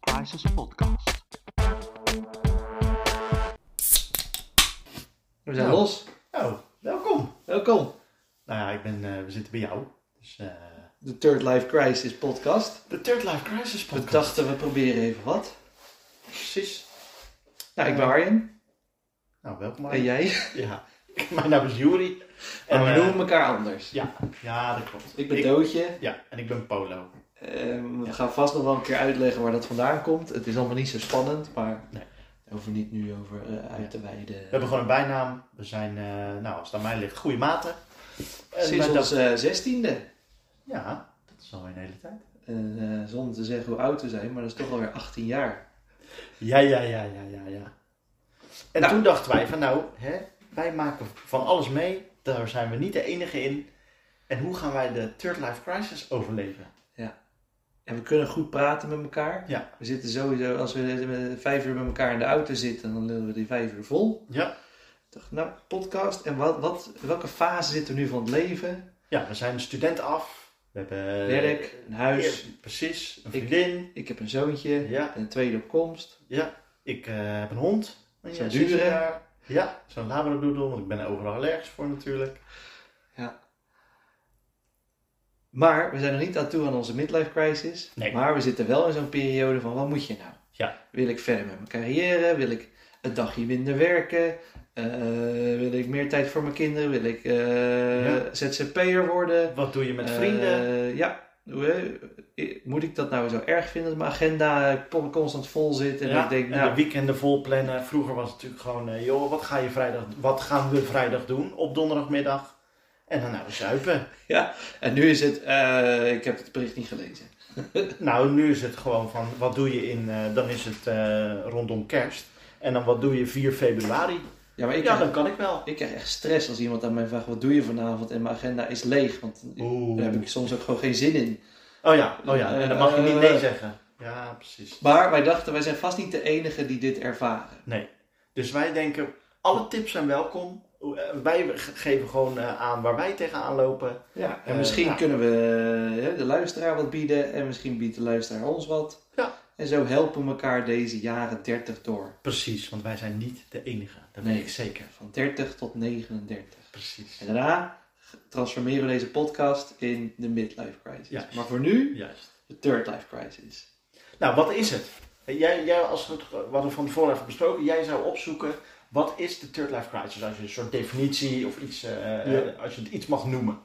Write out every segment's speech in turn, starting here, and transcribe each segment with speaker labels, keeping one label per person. Speaker 1: Crisis Podcast.
Speaker 2: We zijn
Speaker 3: Nou.
Speaker 2: los.
Speaker 3: Oh, welkom.
Speaker 2: Welkom.
Speaker 3: Nou ja, ik ben, eh, we zitten bij jou. Dus, eh,
Speaker 2: De Third Life Crisis podcast.
Speaker 3: de Third Life Crisis
Speaker 2: We
Speaker 3: podcast.
Speaker 2: dachten we proberen even wat.
Speaker 3: precies.
Speaker 2: Nou, ik ben Arjen.
Speaker 3: Nou, welkom.
Speaker 2: En
Speaker 3: Arjen.
Speaker 2: jij.
Speaker 3: Ja, mijn naam is Juri.
Speaker 2: En we
Speaker 3: eh,
Speaker 2: noemen elkaar anders.
Speaker 3: ja, ja, dat klopt.
Speaker 2: Ik ben Doodje.
Speaker 3: Ja, en ik ben Polo.
Speaker 2: Ehm, we gaan vast nog wel een keer uitleggen waar dat vandaan komt. Het is allemaal niet zo spannend, maar
Speaker 3: Nee.
Speaker 2: daar hoeven we niet nu over eh, uit te wijden.
Speaker 3: We hebben gewoon een bijnaam. We zijn, eh, nou, als het aan mij ligt, goede maten. En
Speaker 2: Sinds
Speaker 3: met dat-
Speaker 2: onze eh, zestiende.
Speaker 3: Ja, dat is alweer een hele tijd.
Speaker 2: En, eh, zonder te zeggen hoe oud we zijn, maar dat is toch alweer 18 jaar.
Speaker 3: Ja, ja, ja, ja, ja, ja. En
Speaker 2: Nou.
Speaker 3: toen dachten wij van, nou, hè, wij maken van alles mee. Daar zijn we niet de enige in. En hoe gaan wij de Third Life Crisis overleven?
Speaker 2: En we kunnen goed praten met elkaar.
Speaker 3: Ja.
Speaker 2: We zitten sowieso, als we eh, vijf uur met elkaar in de auto zitten, dan lullen we die vijf uur vol.
Speaker 3: Ja,
Speaker 2: Ik dacht, nou, podcast. En wat, wat, welke fase zitten we nu van het leven?
Speaker 3: Ja, we zijn student af. We hebben eh,
Speaker 2: Werk, een huis.
Speaker 3: Ja, precies, een vriendin.
Speaker 2: Ik heb een zoontje.
Speaker 3: Ja,
Speaker 2: Een tweede op komst.
Speaker 3: ik eh, heb een hond. Een
Speaker 2: Zo'n
Speaker 3: jaar- zes
Speaker 2: dure.
Speaker 3: jaar. Ja, zo'n labradoodle, want ik ben er overal allergisch voor natuurlijk.
Speaker 2: Maar we zijn nog niet aan toe aan onze midlife crisis.
Speaker 3: Nee.
Speaker 2: Maar we zitten wel in zo'n periode van, wat moet je nou?
Speaker 3: Ja.
Speaker 2: Wil ik verder met mijn carrière? Wil ik een dagje minder werken? Eh, wil ik meer tijd voor mijn kinderen? Wil ik eh, ZZP'er worden?
Speaker 3: Wat doe je met vrienden?
Speaker 2: Eh, ja. Hoe- eh, Moet ik dat nou zo erg vinden dat mijn agenda eh, constant vol zit? En
Speaker 3: ja,
Speaker 2: ik denk,
Speaker 3: en
Speaker 2: nou,
Speaker 3: de weekenden vol plannen. Vroeger was het natuurlijk gewoon, eh, joh, wat, ga je vrijdag, wat gaan we vrijdag doen op donderdagmiddag? En dan nou zuipen.
Speaker 2: En nu is het, eh, ik heb het bericht niet gelezen.
Speaker 3: nou, nu is het gewoon van, wat doe je in, eh, dan is het eh, rondom kerst. En dan wat doe je 4 februari?
Speaker 2: Ja, maar ik,
Speaker 3: ja,
Speaker 2: krijg,
Speaker 3: dan kan ik wel.
Speaker 2: ik krijg echt stress als iemand aan mij vraagt, wat doe je vanavond? En mijn agenda is leeg, want daar heb ik soms ook gewoon geen zin in.
Speaker 3: Oh ja, oh ja. En dan mag je niet nee zeggen. Ja, precies.
Speaker 2: Maar wij dachten, wij zijn vast niet de enige die dit ervaren.
Speaker 3: Nee. Dus wij denken, alle tips zijn welkom. Eh, Wij ge- geven gewoon eh, aan waar wij tegenaan lopen.
Speaker 2: Ja, en
Speaker 3: eh,
Speaker 2: misschien
Speaker 3: ja.
Speaker 2: kunnen we eh, de luisteraar wat bieden en misschien biedt de luisteraar ons wat.
Speaker 3: Ja.
Speaker 2: En zo helpen we elkaar deze jaren 30 door.
Speaker 3: Precies, want wij zijn niet de enige. Dat
Speaker 2: Nee.
Speaker 3: weet ik zeker.
Speaker 2: Van 30 tot 39.
Speaker 3: Precies.
Speaker 2: En daarna transformeren we deze podcast in de midlife crisis.
Speaker 3: Ja.
Speaker 2: Maar voor nu,
Speaker 3: Juist.
Speaker 2: de third life crisis.
Speaker 3: Nou, wat is het? Jij, jij als het, we hadden van tevoren even besproken, jij zou opzoeken, wat is de Third Life Crisis? Als je een soort definitie of iets, eh,
Speaker 2: Ja.
Speaker 3: eh, als je het iets mag noemen.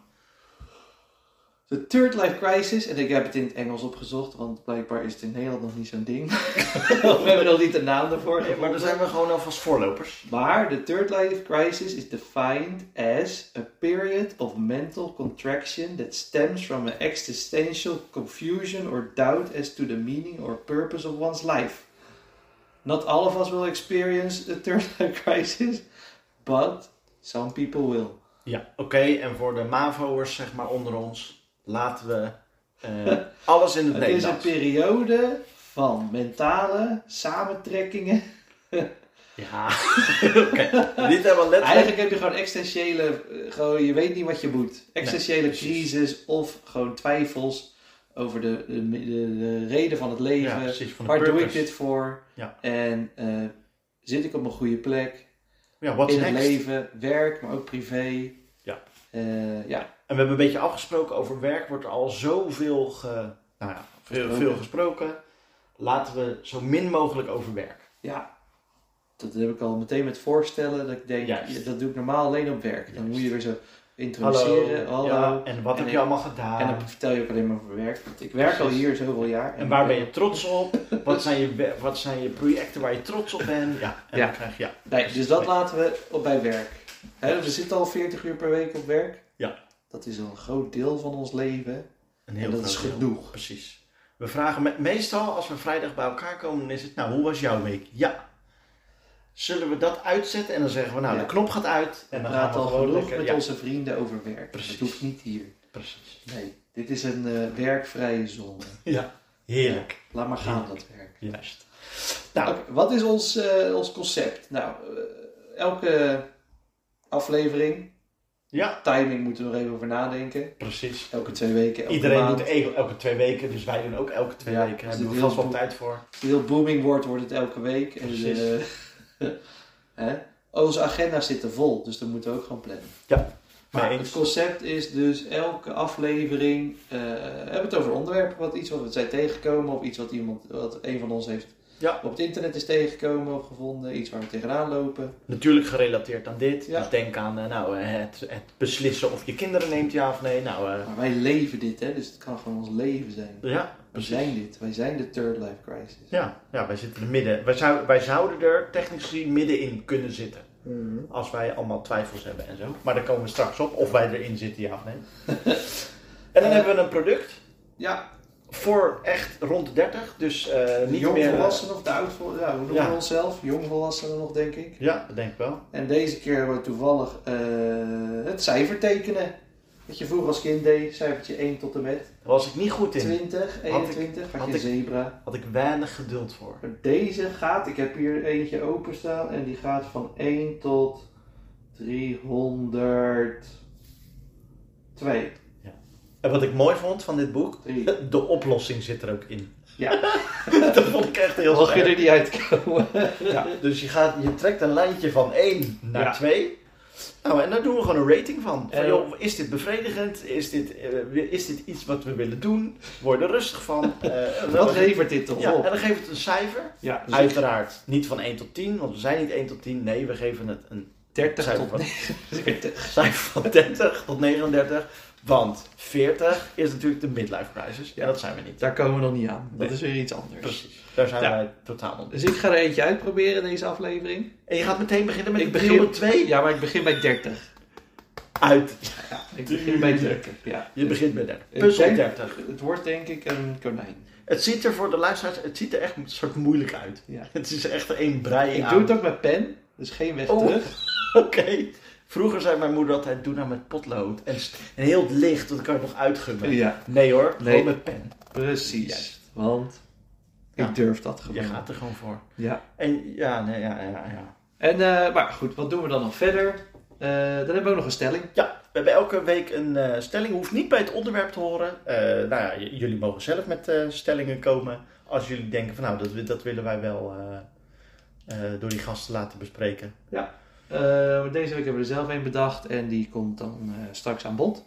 Speaker 2: De Third Life Crisis, en ik heb het in het Engels opgezocht, want blijkbaar is het in Nederland nog niet zo'n ding. we hebben nog niet de naam daarvoor.
Speaker 3: Nee, maar daar zijn we gewoon alvast voorlopers.
Speaker 2: Maar de Third Life Crisis is defined as a period of mental contraction that stems from an existential confusion or doubt as to the meaning or purpose of one's life. Not all of us will experience the Third Life Crisis, but some people will.
Speaker 3: Ja, oké. en voor de MAVO'ers, zeg maar, onder ons, laten we eh, alles in het,
Speaker 2: Het is een
Speaker 3: Nederlands.
Speaker 2: periode van mentale samentrekkingen.
Speaker 3: Ja, oké. Dit hebben we letterlijk...
Speaker 2: Eigenlijk heb je gewoon existentiële, eh, gewoon, je weet niet wat je moet. Existentiële
Speaker 3: precies.
Speaker 2: crisis of gewoon twijfels over de, de, de, de reden van het leven.
Speaker 3: precies. Van de
Speaker 2: Waar doe ik
Speaker 3: purpose.
Speaker 2: dit voor?
Speaker 3: Ja.
Speaker 2: En eh, zit ik op een goede plek?
Speaker 3: Ja, what's
Speaker 2: in
Speaker 3: next?
Speaker 2: het leven, werk, maar ook privé.
Speaker 3: Ja.
Speaker 2: Eh, ja.
Speaker 3: En we hebben een beetje afgesproken over werk. Wordt er al zoveel ge... nou ja, veel,
Speaker 2: Gesproken.
Speaker 3: veel gesproken. Laten we zo min mogelijk over werk.
Speaker 2: ja, dat heb ik al meteen met voorstellen. Dat ik denk,
Speaker 3: Juist.
Speaker 2: ja, dat doe ik normaal alleen op werk. Dan
Speaker 3: Juist.
Speaker 2: moet je weer zo introduceren. Hallo.
Speaker 3: Ja, en wat
Speaker 2: En
Speaker 3: heb
Speaker 2: ik-
Speaker 3: je allemaal
Speaker 2: En
Speaker 3: gedaan?
Speaker 2: dan vertel je ook alleen maar over werk. Want ik werk al
Speaker 3: Precies.
Speaker 2: hier zoveel jaar.
Speaker 3: En waar ben je trots op? wat, zijn je, we- wat zijn je projecten waar je trots op bent? Ja, en
Speaker 2: Ja.
Speaker 3: dan krijg je... Ja,
Speaker 2: Nee, dus dat laten we op bij werk. Hè, dus we zitten al 40 uur per week op werk.
Speaker 3: Ja.
Speaker 2: Dat is al een groot deel van ons leven.
Speaker 3: een heel
Speaker 2: en dat is
Speaker 3: groot deel.
Speaker 2: genoeg.
Speaker 3: Precies. We vragen me- meestal als we vrijdag bij elkaar komen, dan is het, nou, hoe was jouw week? Ja. Zullen we dat uitzetten? En dan zeggen we, nou,
Speaker 2: Ja.
Speaker 3: de knop gaat uit. En
Speaker 2: We
Speaker 3: dan gaan
Speaker 2: praten
Speaker 3: we
Speaker 2: al
Speaker 3: gewoon
Speaker 2: genoeg
Speaker 3: lekker-
Speaker 2: met
Speaker 3: ja,
Speaker 2: onze vrienden over werk.
Speaker 3: Precies.
Speaker 2: Dat hoeft niet hier.
Speaker 3: precies.
Speaker 2: Nee, dit is een eh, werkvrije zone.
Speaker 3: Ja. Heerlijk.
Speaker 2: Laat maar gaan, dat werk.
Speaker 3: Juist. Nou,
Speaker 2: Oké, wat is ons, eh, ons concept? Nou, eh, elke aflevering
Speaker 3: Ja.
Speaker 2: Timing moeten we nog even over nadenken.
Speaker 3: Precies.
Speaker 2: Elke twee weken, elke
Speaker 3: Iedereen
Speaker 2: maand.
Speaker 3: doet e- elke twee weken, dus wij doen ook elke twee
Speaker 2: Ja,
Speaker 3: weken.
Speaker 2: dus
Speaker 3: Daar hebben we
Speaker 2: het
Speaker 3: vast
Speaker 2: heel
Speaker 3: wel tijd voor.
Speaker 2: Als het heel booming wordt, wordt het elke week. En,
Speaker 3: Precies.
Speaker 2: eh, hè? Oh, Onze agenda zit er vol, dus dan moeten we ook gewoon plannen. Maar
Speaker 3: Mee
Speaker 2: het
Speaker 3: eens.
Speaker 2: concept is dus elke aflevering eh, hebben we het over onderwerpen, wat iets wat we zijn tegengekomen of iets wat iemand, wat een van ons heeft
Speaker 3: Ja.
Speaker 2: op het internet is tegengekomen of gevonden, iets waar we tegenaan lopen.
Speaker 3: Natuurlijk gerelateerd aan dit.
Speaker 2: Ja.
Speaker 3: Dus denk aan eh, nou, eh, het, het beslissen of je kinderen neemt ja of nee. Nou, eh,
Speaker 2: Maar wij leven dit, hè? dus het kan gewoon ons leven zijn.
Speaker 3: ja,
Speaker 2: Wij
Speaker 3: precies.
Speaker 2: zijn dit, wij zijn de third life crisis.
Speaker 3: Ja, ja, wij zitten er midden. Wij, zou, wij zouden er technisch gezien middenin kunnen zitten. Als wij allemaal twijfels hebben en zo. Maar daar komen we straks op. Of wij erin zitten, ja of nee. en dan
Speaker 2: Eh.
Speaker 3: hebben we een product.
Speaker 2: Ja,
Speaker 3: Voor echt rond de 30. Dus eh, niet
Speaker 2: jong
Speaker 3: meer... eh,
Speaker 2: volwassenen of de oud volwassenen, ja, hoe noemen
Speaker 3: Ja.
Speaker 2: we onszelf? Jong volwassenen nog, denk ik.
Speaker 3: ja, dat denk ik wel.
Speaker 2: En deze keer hebben we toevallig eh, het cijfer tekenen. Wat je vroeger als kind deed, cijfertje 1 tot en met
Speaker 3: Daar was ik niet goed in.
Speaker 2: 20, 21, had,
Speaker 3: had
Speaker 2: je
Speaker 3: ik-
Speaker 2: zebra.
Speaker 3: Had ik weinig geduld voor.
Speaker 2: Maar Deze gaat, ik heb hier eentje openstaan en die gaat van 1 tot 302.
Speaker 3: En wat ik mooi vond van dit boek.
Speaker 2: Drie.
Speaker 3: De oplossing zit er ook in.
Speaker 2: Ja,
Speaker 3: dat vond ik echt heel
Speaker 2: mocht je
Speaker 3: sterk.
Speaker 2: er niet uitkomen.
Speaker 3: Ja, dus je, gaat, je trekt een lijntje van 1 naar
Speaker 2: Ja. Eh,
Speaker 3: 2. Nou, en daar doen we gewoon een rating van. van
Speaker 2: En-
Speaker 3: joh, is dit bevredigend? Is dit, eh, is dit iets wat we willen doen? Word er rustig van. Eh, en dan-
Speaker 2: Wat levert dit toch
Speaker 3: ja, en
Speaker 2: op?
Speaker 3: dan geeft het een cijfer.
Speaker 2: Ja, dus
Speaker 3: Uiteraard niet van 1 tot 10, want we zijn niet 1 tot 10. Nee, we geven het een
Speaker 2: 30 tot
Speaker 3: cijfer van,
Speaker 2: 90.
Speaker 3: cijfer van 30 tot 39. Want 40 is natuurlijk de midlife crisis.
Speaker 2: Ja.
Speaker 3: En dat zijn we niet.
Speaker 2: Daar komen we nog niet aan. Dat
Speaker 3: Nee.
Speaker 2: is weer iets anders.
Speaker 3: Precies. Daar zijn
Speaker 2: Ja.
Speaker 3: wij totaal op.
Speaker 2: Dus ik ga er eentje uitproberen deze aflevering.
Speaker 3: En je gaat meteen beginnen met
Speaker 2: Ik
Speaker 3: ik
Speaker 2: begin-
Speaker 3: begin 2
Speaker 2: Ja, maar ik begin bij 30.
Speaker 3: uit.
Speaker 2: Ik begin bij 30. Ja.
Speaker 3: Je begint met 30.
Speaker 2: Ik
Speaker 3: Puzzel
Speaker 2: denk-
Speaker 3: 30.
Speaker 2: Het wordt denk ik een konijn.
Speaker 3: Het ziet er voor de luisteraars, het ziet er echt een soort moeilijk uit.
Speaker 2: Ja.
Speaker 3: Het is echt één brei
Speaker 2: Ik
Speaker 3: aan.
Speaker 2: doe het ook met pen, dus geen weg
Speaker 3: Oh.
Speaker 2: terug.
Speaker 3: Oké. Vroeger zei mijn moeder altijd, doe nou met potlood. En, st- en heel het licht, want dan kan je het nog uitgummen.
Speaker 2: Ja,
Speaker 3: Nee hoor,
Speaker 2: Nee.
Speaker 3: gewoon met pen.
Speaker 2: precies.
Speaker 3: Juist.
Speaker 2: Want
Speaker 3: Ja.
Speaker 2: ik durf dat
Speaker 3: Je
Speaker 2: gewoon.
Speaker 3: gaat er gewoon voor.
Speaker 2: Ja.
Speaker 3: En ja, nee, ja, ja, ja.
Speaker 2: En, eh, maar goed, wat doen we dan nog verder? Eh, dan hebben we ook nog een stelling.
Speaker 3: Ja, we hebben elke week een eh, stelling. Hoeft niet bij het onderwerp te horen. Eh, nou ja, j- jullie mogen zelf met eh, stellingen komen. Als jullie denken van nou, dat, wi- dat willen wij wel eh, eh, door die gasten laten bespreken.
Speaker 2: Eh, deze week hebben we er zelf een bedacht en die komt dan eh, straks aan bod.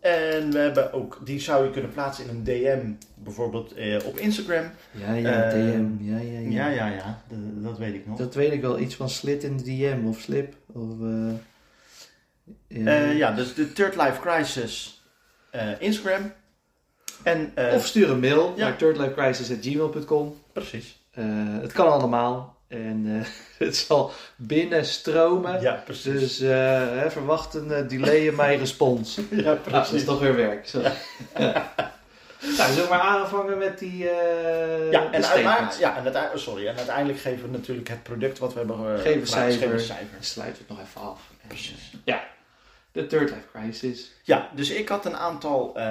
Speaker 3: En we hebben ook, die zou je kunnen plaatsen in een DM, bijvoorbeeld eh, op Instagram.
Speaker 2: Ja, ja,
Speaker 3: Eh,
Speaker 2: DM. Ja, ja, ja.
Speaker 3: Ja, ja, ja, d- dat weet ik nog.
Speaker 2: Dat weet ik wel. Iets van slit in de DM of slip. Of, eh, ja.
Speaker 3: Eh, ja, dus de Third Life Crisis eh, Instagram. En, eh,
Speaker 2: Of stuur een mail
Speaker 3: Ja.
Speaker 2: naar thirdlifecrisis.gmail.com.
Speaker 3: precies.
Speaker 2: Eh, het kan allemaal. En eh, het zal binnenstromen.
Speaker 3: Ja, precies.
Speaker 2: Dus eh, hè, verwacht een eh, delay in mijn respons.
Speaker 3: Ja,
Speaker 2: Ah, dat is
Speaker 3: precies.
Speaker 2: toch weer werk. Zo. nou, zullen we maar aanvangen met die eh
Speaker 3: Ja,
Speaker 2: de
Speaker 3: en, uiteraard,
Speaker 2: statements?
Speaker 3: ja en, uiteindelijk, oh, sorry, en uiteindelijk geven we natuurlijk het product wat we hebben eh,
Speaker 2: Geven
Speaker 3: gemaakt,
Speaker 2: cijfer.
Speaker 3: geven we
Speaker 2: Dan
Speaker 3: cijfer.
Speaker 2: sluiten we het nog even af.
Speaker 3: Precies.
Speaker 2: De Third Life Crisis.
Speaker 3: Ja, dus ik had een aantal eh,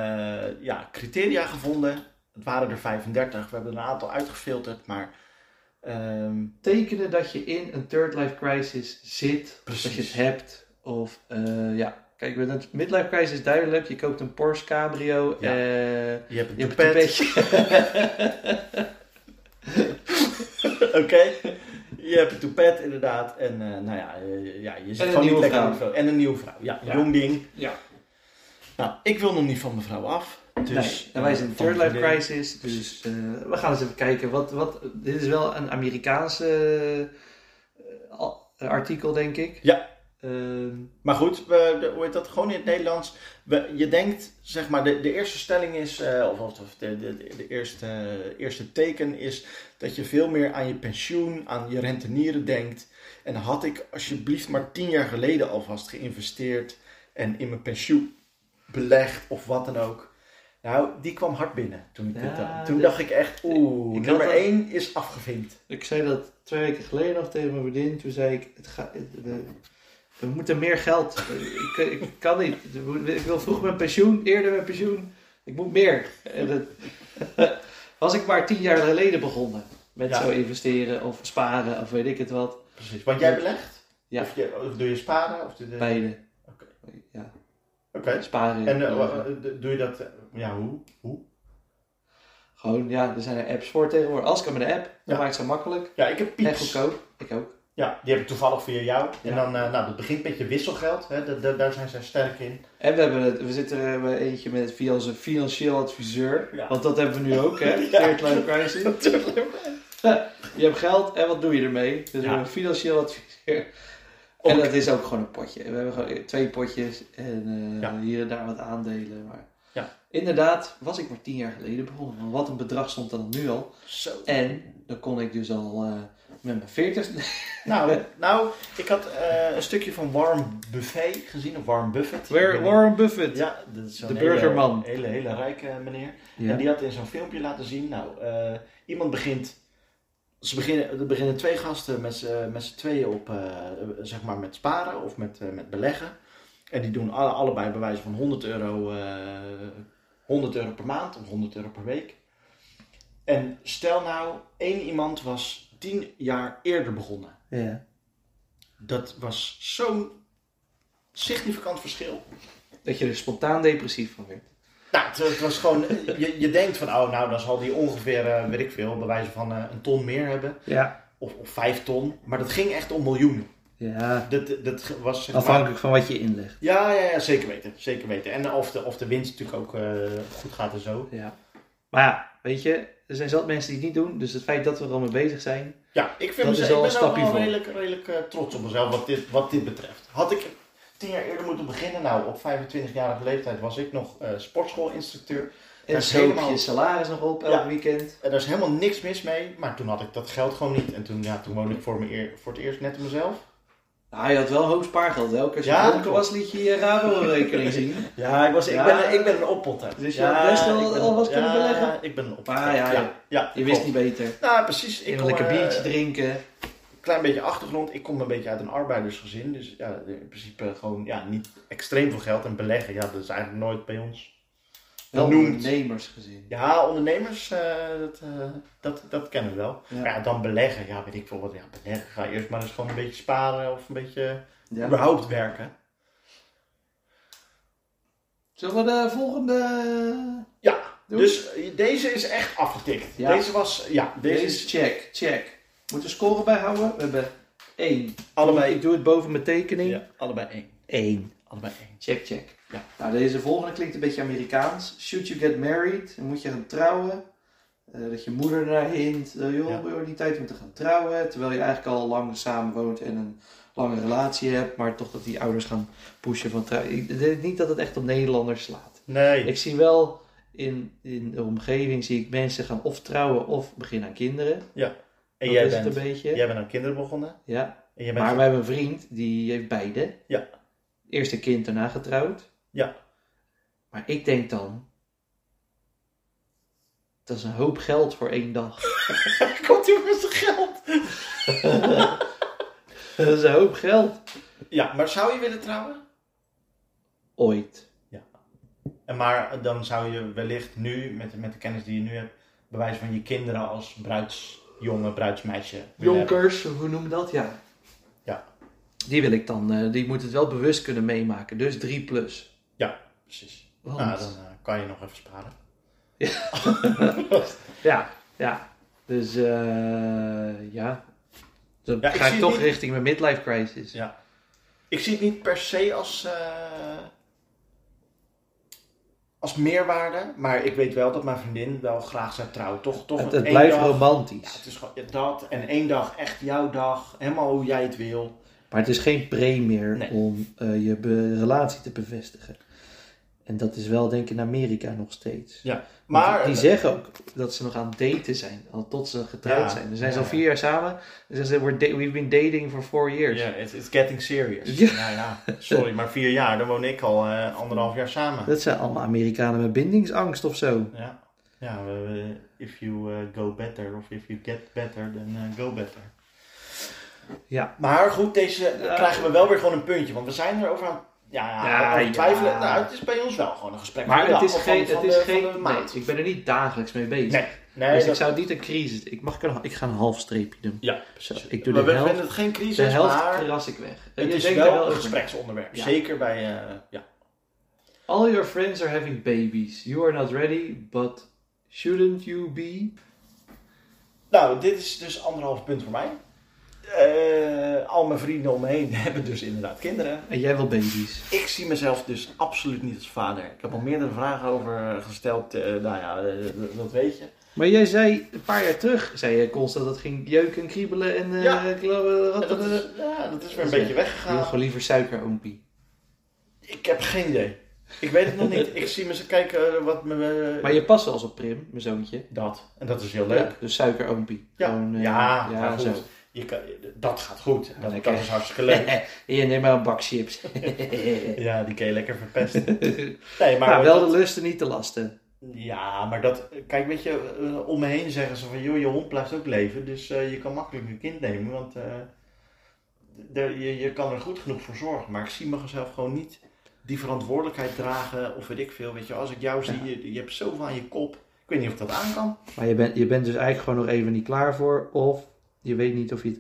Speaker 3: ja, criteria gevonden. Het waren er 35. We hebben er een aantal uitgefilterd, maar ehm,
Speaker 2: Tekenen dat je in een Third Life Crisis zit. Dat je het
Speaker 3: precies.
Speaker 2: hebt. Of eh, ja, kijk, met een midlife crisis is duidelijk. Je koopt een Porsche Cabrio.
Speaker 3: Ja.
Speaker 2: eh,
Speaker 3: Je hebt een
Speaker 2: je hebt een
Speaker 3: toepet.
Speaker 2: toepetje.
Speaker 3: Oké. Je hebt een toepet, inderdaad. En eh, nou ja, eh, ja je zit
Speaker 2: een
Speaker 3: gewoon niet
Speaker 2: nieuwe
Speaker 3: lekker
Speaker 2: vrouw.
Speaker 3: met vrouw. En een nieuwe vrouw. Ja,
Speaker 2: Ja.
Speaker 3: jong ding.
Speaker 2: Ja.
Speaker 3: Nou, ik wil nog niet van mevrouw af. Dus,
Speaker 2: nee, en wij zijn
Speaker 3: eh,
Speaker 2: een
Speaker 3: van
Speaker 2: Third Life
Speaker 3: vriendin.
Speaker 2: Crisis, dus eh, we gaan eens even kijken. Wat, wat, dit is wel een Amerikaanse eh, al- artikel, denk ik.
Speaker 3: Ja.
Speaker 2: Ehm,
Speaker 3: Maar goed, we, de- hoe heet dat? Gewoon in het Nederlands. We, je denkt, zeg maar, de, de eerste stelling is, eh, of, of of de, de, de eerste, eerste teken is dat je veel meer aan je pensioen, aan je rentenieren denkt. En had ik alsjeblieft maar tien jaar geleden alvast geïnvesteerd en in mijn pensioen belegd of wat dan ook. Nou, die kwam hard binnen toen ik dit
Speaker 2: Ja,
Speaker 3: dacht. Toen
Speaker 2: dit-
Speaker 3: dacht ik echt, oeh,
Speaker 2: ik had
Speaker 3: nummer
Speaker 2: dat-
Speaker 3: één is afgevinkt.
Speaker 2: ik zei dat twee weken geleden nog tegen mijn vriendin. Toen zei ik, het ga, het- we, we moeten meer geld. ik, ik kan niet. Ik wil vroeg mijn pensioen, eerder mijn pensioen. Ik moet meer. En dat- was ik maar tien jaar geleden begonnen met
Speaker 3: Ja.
Speaker 2: zo investeren of sparen of weet ik het wat.
Speaker 3: Precies. Want jij belegt?
Speaker 2: Ja.
Speaker 3: Of, je, of doe je sparen? Of doe je-
Speaker 2: Beide.
Speaker 3: Oké.
Speaker 2: Ja,
Speaker 3: Oké.
Speaker 2: sparen.
Speaker 3: En eh, wa- eh, doe je dat, eh, ja, hoe? hoe?
Speaker 2: Gewoon, ja, er zijn er apps voor tegenwoordig. Als ik met een app, dat
Speaker 3: Ja.
Speaker 2: maakt het zo makkelijk.
Speaker 3: Ja, ik heb
Speaker 2: En
Speaker 3: Pieps.
Speaker 2: goedkoop. Ik ook.
Speaker 3: Ja, die heb ik toevallig via jou. En
Speaker 2: Ja.
Speaker 3: dan, eh, nou, dat begint met je wisselgeld. Hè, da- da- daar zijn zij sterk in.
Speaker 2: En we, hebben het, we zitten er eh, eentje met via onze financieel adviseur.
Speaker 3: Ja.
Speaker 2: Want dat hebben we nu ook, hè?
Speaker 3: Ja.
Speaker 2: Geert Leuk Crisis. Je hebt geld en wat doe je ermee? Dus we hebben een financieel adviseur. En
Speaker 3: Ook.
Speaker 2: dat is ook gewoon een potje. We hebben gewoon twee potjes en eh,
Speaker 3: Ja.
Speaker 2: hier en daar wat aandelen. Maar
Speaker 3: Ja.
Speaker 2: inderdaad, was ik maar tien jaar geleden begonnen. Want wat een bedrag stond dan nu al.
Speaker 3: Zo.
Speaker 2: En dan kon ik dus al eh, met mijn veertigste...
Speaker 3: Nou, nou ik had eh, een stukje van Warm Buffet gezien. Of Warm Buffet. Ik weet
Speaker 2: Warren
Speaker 3: niet.
Speaker 2: Buffett.
Speaker 3: Ja, dat is zo'n
Speaker 2: De
Speaker 3: hele-
Speaker 2: burgerman.
Speaker 3: Hele, hele, rijke meneer.
Speaker 2: Ja.
Speaker 3: En die had in zo'n filmpje laten zien, nou, eh, iemand begint, ze beginnen, er beginnen twee gasten met z'n met z'n tweeën op, eh, zeg maar met sparen of met, eh, met beleggen. En die doen alle, allebei bij wijze van 100 euro, eh, 100 euro per maand of 100 euro per week. En stel nou, één iemand was 10 jaar eerder begonnen.
Speaker 2: Ja.
Speaker 3: Dat was zo'n significant verschil.
Speaker 2: Dat je er spontaan depressief van werd.
Speaker 3: Nou, het, het was gewoon, je, je denkt van, oh, nou, dan zal die ongeveer, eh, weet ik veel, bij wijze van eh, een ton meer hebben.
Speaker 2: Ja.
Speaker 3: Of, of vijf ton. Maar dat ging echt om miljoenen.
Speaker 2: ja.
Speaker 3: Dat, dat was zeg maar-
Speaker 2: van wat je inlegt.
Speaker 3: Ja, ja, ja, zeker weten. Zeker weten. En of de, of de winst natuurlijk ook eh, goed gaat en zo.
Speaker 2: Ja. Maar ja, weet je, er zijn zat mensen die het niet doen. Dus het feit dat we er al mee bezig zijn.
Speaker 3: Ja, ik vind
Speaker 2: Dat
Speaker 3: mezelf,
Speaker 2: is al een
Speaker 3: ik ben ook
Speaker 2: stapje
Speaker 3: wel
Speaker 2: voor.
Speaker 3: redelijk, redelijk eh, trots op mezelf wat dit, wat dit betreft. Had ik tien jaar eerder moeten beginnen, nou, op 25-jarige leeftijd was ik nog eh, sportschoolinstructeur.
Speaker 2: En
Speaker 3: Dat is
Speaker 2: zo heb je
Speaker 3: helemaal-
Speaker 2: je salaris nog op elk
Speaker 3: Ja.
Speaker 2: weekend.
Speaker 3: En daar is helemaal niks mis mee, maar toen had ik dat geld gewoon niet. En toen, ja, toen woonde ik voor, mijn eer, voor het eerst net mezelf.
Speaker 2: Nou, je had wel een hoog spaargeld. hè? Elke keer als je
Speaker 3: Ja, dat
Speaker 2: dronken
Speaker 3: klopt.
Speaker 2: was, liet je je Rabo-rekening zien.
Speaker 3: Ja, ik, was,
Speaker 2: Ja.
Speaker 3: ben een oppotter.
Speaker 2: Dus je had best wel
Speaker 3: ik ben-
Speaker 2: al wat
Speaker 3: ja,
Speaker 2: kunnen beleggen.
Speaker 3: ik ben een oppotter.
Speaker 2: Ah, ja, ja. Je wist
Speaker 3: klopt.
Speaker 2: niet beter.
Speaker 3: Nou, precies. Ik
Speaker 2: Even
Speaker 3: kom,
Speaker 2: lekker
Speaker 3: eh,
Speaker 2: biertje drinken.
Speaker 3: Een klein beetje achtergrond. Ik kom een beetje uit een arbeidersgezin. Dus ja, in principe gewoon ja, niet extreem veel geld. En beleggen, ja, dat is eigenlijk nooit bij ons.
Speaker 2: Wel
Speaker 3: benoemd.
Speaker 2: ondernemersgezin.
Speaker 3: Ja, ondernemers, eh, dat, eh, dat, dat kennen we wel.
Speaker 2: Ja.
Speaker 3: Maar ja, dan beleggen. Ja, weet ik veel wat. Ja, beleggen. Ga eerst maar eens gewoon een beetje sparen of een beetje
Speaker 2: Ja.
Speaker 3: überhaupt werken.
Speaker 2: Zullen we de volgende...
Speaker 3: Ja,
Speaker 2: Doe.
Speaker 3: dus eh, deze is echt afgetikt.
Speaker 2: Ja.
Speaker 3: Deze was, ja, deze,
Speaker 2: Deze
Speaker 3: is
Speaker 2: is check, check. Moeten we scoren bijhouden? We hebben één.
Speaker 3: allebei,
Speaker 2: Oh, Ik doe het boven mijn tekening.
Speaker 3: ja, allebei één.
Speaker 2: Eén.
Speaker 3: Allebei één.
Speaker 2: Check, check.
Speaker 3: Ja.
Speaker 2: Nou, deze volgende klinkt een beetje Amerikaans. Should you get married? Dan moet je gaan trouwen. Eh, dat je moeder naar hint. Eh, joh,
Speaker 3: Ja.
Speaker 2: we hebben die tijd om te gaan trouwen. Terwijl je eigenlijk al lang samen woont en een lange relatie hebt. Maar toch dat die ouders gaan pushen van trouwen. Ik denk niet dat het echt op Nederlanders slaat.
Speaker 3: Nee.
Speaker 2: Ik zie wel in, in de omgeving zie ik mensen gaan of trouwen of beginnen aan kinderen.
Speaker 3: en
Speaker 2: dat
Speaker 3: jij
Speaker 2: is het
Speaker 3: bent,
Speaker 2: een beetje.
Speaker 3: jij bent aan kinderen begonnen.
Speaker 2: ja.
Speaker 3: En jij bent
Speaker 2: Maar we hebben een vriend die heeft beide.
Speaker 3: Ja.
Speaker 2: Eerst een kind, daarna getrouwd.
Speaker 3: Ja.
Speaker 2: Maar ik denk dan. Dat is een hoop geld voor één dag.
Speaker 3: Komt u met zijn geld?
Speaker 2: dat is een hoop geld.
Speaker 3: Ja, maar zou je willen trouwen?
Speaker 2: Ooit.
Speaker 3: En maar eh, dan zou je wellicht nu, met, met de kennis die je nu hebt, bewijzen van je kinderen als bruidsjongen, bruidsmeisje. willen hebben.
Speaker 2: Jonkers, hoe noem je dat? Ja.
Speaker 3: Ja.
Speaker 2: Die wil ik dan. eh, die moet het wel bewust kunnen meemaken. Dus 3 plus.
Speaker 3: Precies.
Speaker 2: Want-
Speaker 3: Nou, dan eh, kan je nog even sparen.
Speaker 2: Ja, ja. Dus eh, ja. Dan
Speaker 3: Ja, ik
Speaker 2: ga ik,
Speaker 3: zie
Speaker 2: toch
Speaker 3: niet-
Speaker 2: richting mijn midlife crisis.
Speaker 3: Ja. Ik zie het niet per se als, eh, als meerwaarde, maar ik weet wel dat mijn vriendin wel graag zou trouwen. Toch, toch
Speaker 2: Het,
Speaker 3: een
Speaker 2: het
Speaker 3: één
Speaker 2: blijft
Speaker 3: dag. Ja,
Speaker 2: romantisch.
Speaker 3: het is gewoon dat en één dag echt jouw dag, helemaal hoe jij het wil.
Speaker 2: Maar het is geen pre meer
Speaker 3: Nee.
Speaker 2: om eh, je be- relatie te bevestigen. En dat is wel denk ik in Amerika nog steeds. Want
Speaker 3: Maar
Speaker 2: die zeggen ook dat ze nog aan het daten zijn, al tot ze getrouwd
Speaker 3: Ja,
Speaker 2: zijn. Ze zijn
Speaker 3: ja,
Speaker 2: zo'n
Speaker 3: ja.
Speaker 2: vier jaar samen. Dan zeggen ze, we're da- we've been dating for four years.
Speaker 3: Ja, it's, it's getting serious.
Speaker 2: Ja.
Speaker 3: Nou ja, sorry, maar vier jaar, dan woon ik al eh, anderhalf jaar samen.
Speaker 2: Dat zijn allemaal Amerikanen met bindingsangst of zo.
Speaker 3: Ja, ja we- we- if you eh, go better of if you get better, then eh, go better.
Speaker 2: Ja.
Speaker 3: Maar goed, deze dan
Speaker 2: Ja.
Speaker 3: krijgen we wel weer gewoon een puntje, want we zijn erover aan ja, ja,
Speaker 2: Ja,
Speaker 3: over twijfelen.
Speaker 2: ja.
Speaker 3: Nou, het is bij ons wel gewoon een gesprek
Speaker 2: Maar
Speaker 3: van de
Speaker 2: het
Speaker 3: dag
Speaker 2: is
Speaker 3: of van-
Speaker 2: geen,
Speaker 3: van
Speaker 2: het is
Speaker 3: de- van de
Speaker 2: geen, nee,
Speaker 3: maand.
Speaker 2: ik ben er niet dagelijks mee bezig.
Speaker 3: Nee. Nee,
Speaker 2: dus ik
Speaker 3: dat-
Speaker 2: zou niet een crisis. Ik, mag, ik een- ik ga een half streepje doen.
Speaker 3: Ja,
Speaker 2: Zo,
Speaker 3: precies.
Speaker 2: ik doe
Speaker 3: maar
Speaker 2: de
Speaker 3: we
Speaker 2: helft.
Speaker 3: vinden het geen crisis,
Speaker 2: De helft
Speaker 3: maar
Speaker 2: ras ik weg.
Speaker 3: het
Speaker 2: Je
Speaker 3: is
Speaker 2: denkt
Speaker 3: wel,
Speaker 2: er wel
Speaker 3: een
Speaker 2: over na.
Speaker 3: gespreksonderwerp.
Speaker 2: Ja.
Speaker 3: Zeker bij, eh, ja.
Speaker 2: All your friends are having babies. You are not ready, but shouldn't you be?
Speaker 3: Nou, dit is dus anderhalf punt voor mij. Eh, al mijn vrienden om me heen hebben dus inderdaad kinderen.
Speaker 2: En jij wil baby's.
Speaker 3: Ik zie mezelf dus absoluut niet als vader. Ik heb al meerdere vragen over gesteld. eh, nou ja, eh, dat- dat weet je.
Speaker 2: Maar jij zei een paar jaar terug, zei je constant dat ging jeuken en kriebelen en eh
Speaker 3: Ja.
Speaker 2: klabbelen, wat-
Speaker 3: Dat is, ja, dat is weer een
Speaker 2: Dat is
Speaker 3: beetje
Speaker 2: Je wil
Speaker 3: weggegaan.
Speaker 2: gewoon liever suikeroompie.
Speaker 3: Ik heb geen idee. Ik weet het nog niet. Ik zie mezelf kijken eh, wat me... eh,
Speaker 2: Maar je past wel als op Prim, mijn zoontje.
Speaker 3: Dat. En dat is heel leuk.
Speaker 2: Ja, dus suikeroompie.
Speaker 3: Ja.
Speaker 2: Gewoon, eh,
Speaker 3: ja, maar goed.
Speaker 2: zo.
Speaker 3: Je kan, dat gaat goed. Dat,
Speaker 2: lekker.
Speaker 3: dat is hartstikke leuk.
Speaker 2: Hier, neem maar een bak chips.
Speaker 3: ja, die kan je lekker verpesten.
Speaker 2: maar
Speaker 3: Nee, maar
Speaker 2: wel
Speaker 3: dat-
Speaker 2: de lusten niet te lasten.
Speaker 3: Ja, maar dat... Kijk, weet je, eh, om me heen zeggen ze van... joh, je hond blijft ook leven. Dus eh, je kan makkelijk een kind nemen. Want eh, er- je, je kan er goed genoeg voor zorgen. Maar ik zie mezelf gewoon niet die verantwoordelijkheid dragen. Of weet ik veel. Weet je, als ik jou zie, je, je hebt zoveel aan je kop. Ik weet niet of ik dat aan kan.
Speaker 2: Maar je bent, je bent dus eigenlijk gewoon nog even niet klaar voor. Of je weet niet of je het...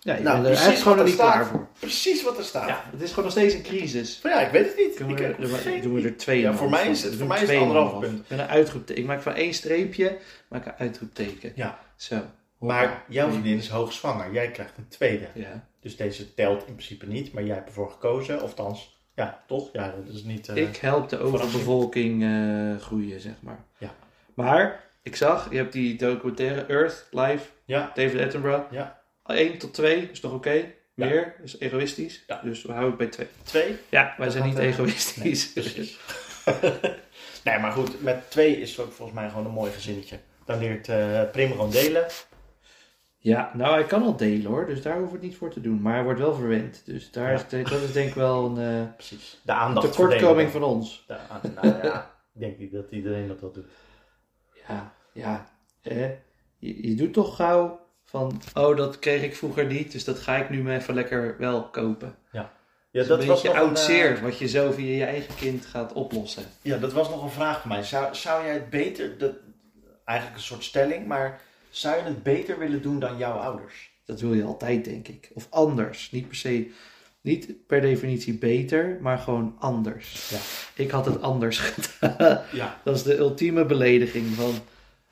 Speaker 2: Ja, je
Speaker 3: Nou,
Speaker 2: bent er
Speaker 3: precies
Speaker 2: eigenlijk gewoon nog
Speaker 3: wat
Speaker 2: niet
Speaker 3: er staat.
Speaker 2: klaar voor.
Speaker 3: Precies wat er staat.
Speaker 2: Ja, het is gewoon nog steeds een crisis.
Speaker 3: Van ja, ik weet het niet.
Speaker 2: Doen
Speaker 3: Ik
Speaker 2: we,
Speaker 3: heb
Speaker 2: doen we-
Speaker 3: geen
Speaker 2: doen we er twee
Speaker 3: Ja,
Speaker 2: en een
Speaker 3: voor
Speaker 2: half
Speaker 3: mij
Speaker 2: van.
Speaker 3: is het-
Speaker 2: We
Speaker 3: voor
Speaker 2: doen
Speaker 3: mij is het
Speaker 2: twee en een half.
Speaker 3: anderhalf punt.
Speaker 2: Met een uitroepteken. Ik maak van één streepje maak een uitroepteken.
Speaker 3: Ja.
Speaker 2: Zo.
Speaker 3: Maar jouw vriendin is hoogzwanger. Jij krijgt een tweede.
Speaker 2: Ja.
Speaker 3: Dus deze telt in principe niet, maar jij hebt ervoor gekozen. Of thans, ja, toch? Ja, dat is niet... eh,
Speaker 2: Ik help de overbevolking eh, groeien, zeg maar.
Speaker 3: Ja.
Speaker 2: Maar, ik zag, je hebt die documentaire Earth Live,
Speaker 3: Ja,
Speaker 2: David Attenborough.
Speaker 3: Ja.
Speaker 2: 1 tot 2 is nog oké.
Speaker 3: Ja.
Speaker 2: Meer is egoïstisch.
Speaker 3: Ja.
Speaker 2: Dus we houden het bij 2.
Speaker 3: twee.
Speaker 2: Ja, wij
Speaker 3: Dat
Speaker 2: zijn
Speaker 3: gaat,
Speaker 2: niet
Speaker 3: eh,
Speaker 2: egoïstisch.
Speaker 3: Precies. nee, maar goed, met twee is ook volgens mij gewoon een mooi gezinnetje. Dan leert eh Prim gewoon delen.
Speaker 2: Ja, nou hij kan al delen hoor, dus daar hoeven we het niet voor te doen. Maar hij wordt wel verwend. Dus daar
Speaker 3: Ja.
Speaker 2: is, de- dat is denk ik wel een eh,
Speaker 3: Precies. De aandacht
Speaker 2: tekortkoming
Speaker 3: verdelen.
Speaker 2: van ons.
Speaker 3: De aan- nou ja, ik denk niet dat iedereen dat wel doet.
Speaker 2: Ja, ja. Hè? Je, je doet toch gauw van, oh dat kreeg ik vroeger niet, dus dat ga ik nu maar even lekker wel kopen.
Speaker 3: Ja,
Speaker 2: dat is een beetje
Speaker 3: nog een,
Speaker 2: oud
Speaker 3: eh,
Speaker 2: zeer wat je zo via je eigen kind gaat oplossen.
Speaker 3: Ja, dat was nog een vraag van mij. Zou, zou jij het beter, dat, eigenlijk een soort stelling, maar zou je het beter willen doen dan jouw ouders?
Speaker 2: Dat wil je altijd denk ik. Of anders. Niet per se, niet per definitie beter, maar gewoon anders.
Speaker 3: Ja.
Speaker 2: Ik had het anders gedaan.
Speaker 3: Ja,
Speaker 2: Dat is de ultieme belediging van,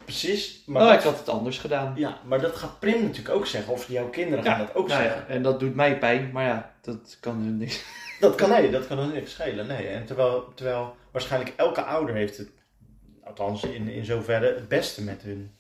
Speaker 3: precies. Maar,
Speaker 2: oh
Speaker 3: dat,
Speaker 2: ik had het anders gedaan.
Speaker 3: ja, maar dat gaat Prim natuurlijk ook zeggen, of jouw kinderen gaan dat ook
Speaker 2: nou
Speaker 3: zeggen.
Speaker 2: ja, en dat doet mij pijn, maar ja, dat kan hun niks.
Speaker 3: Dat kan, nee, dat kan hun niks schelen. Nee. En terwijl, terwijl waarschijnlijk elke ouder heeft het, althans in, in zoverre, het beste met hun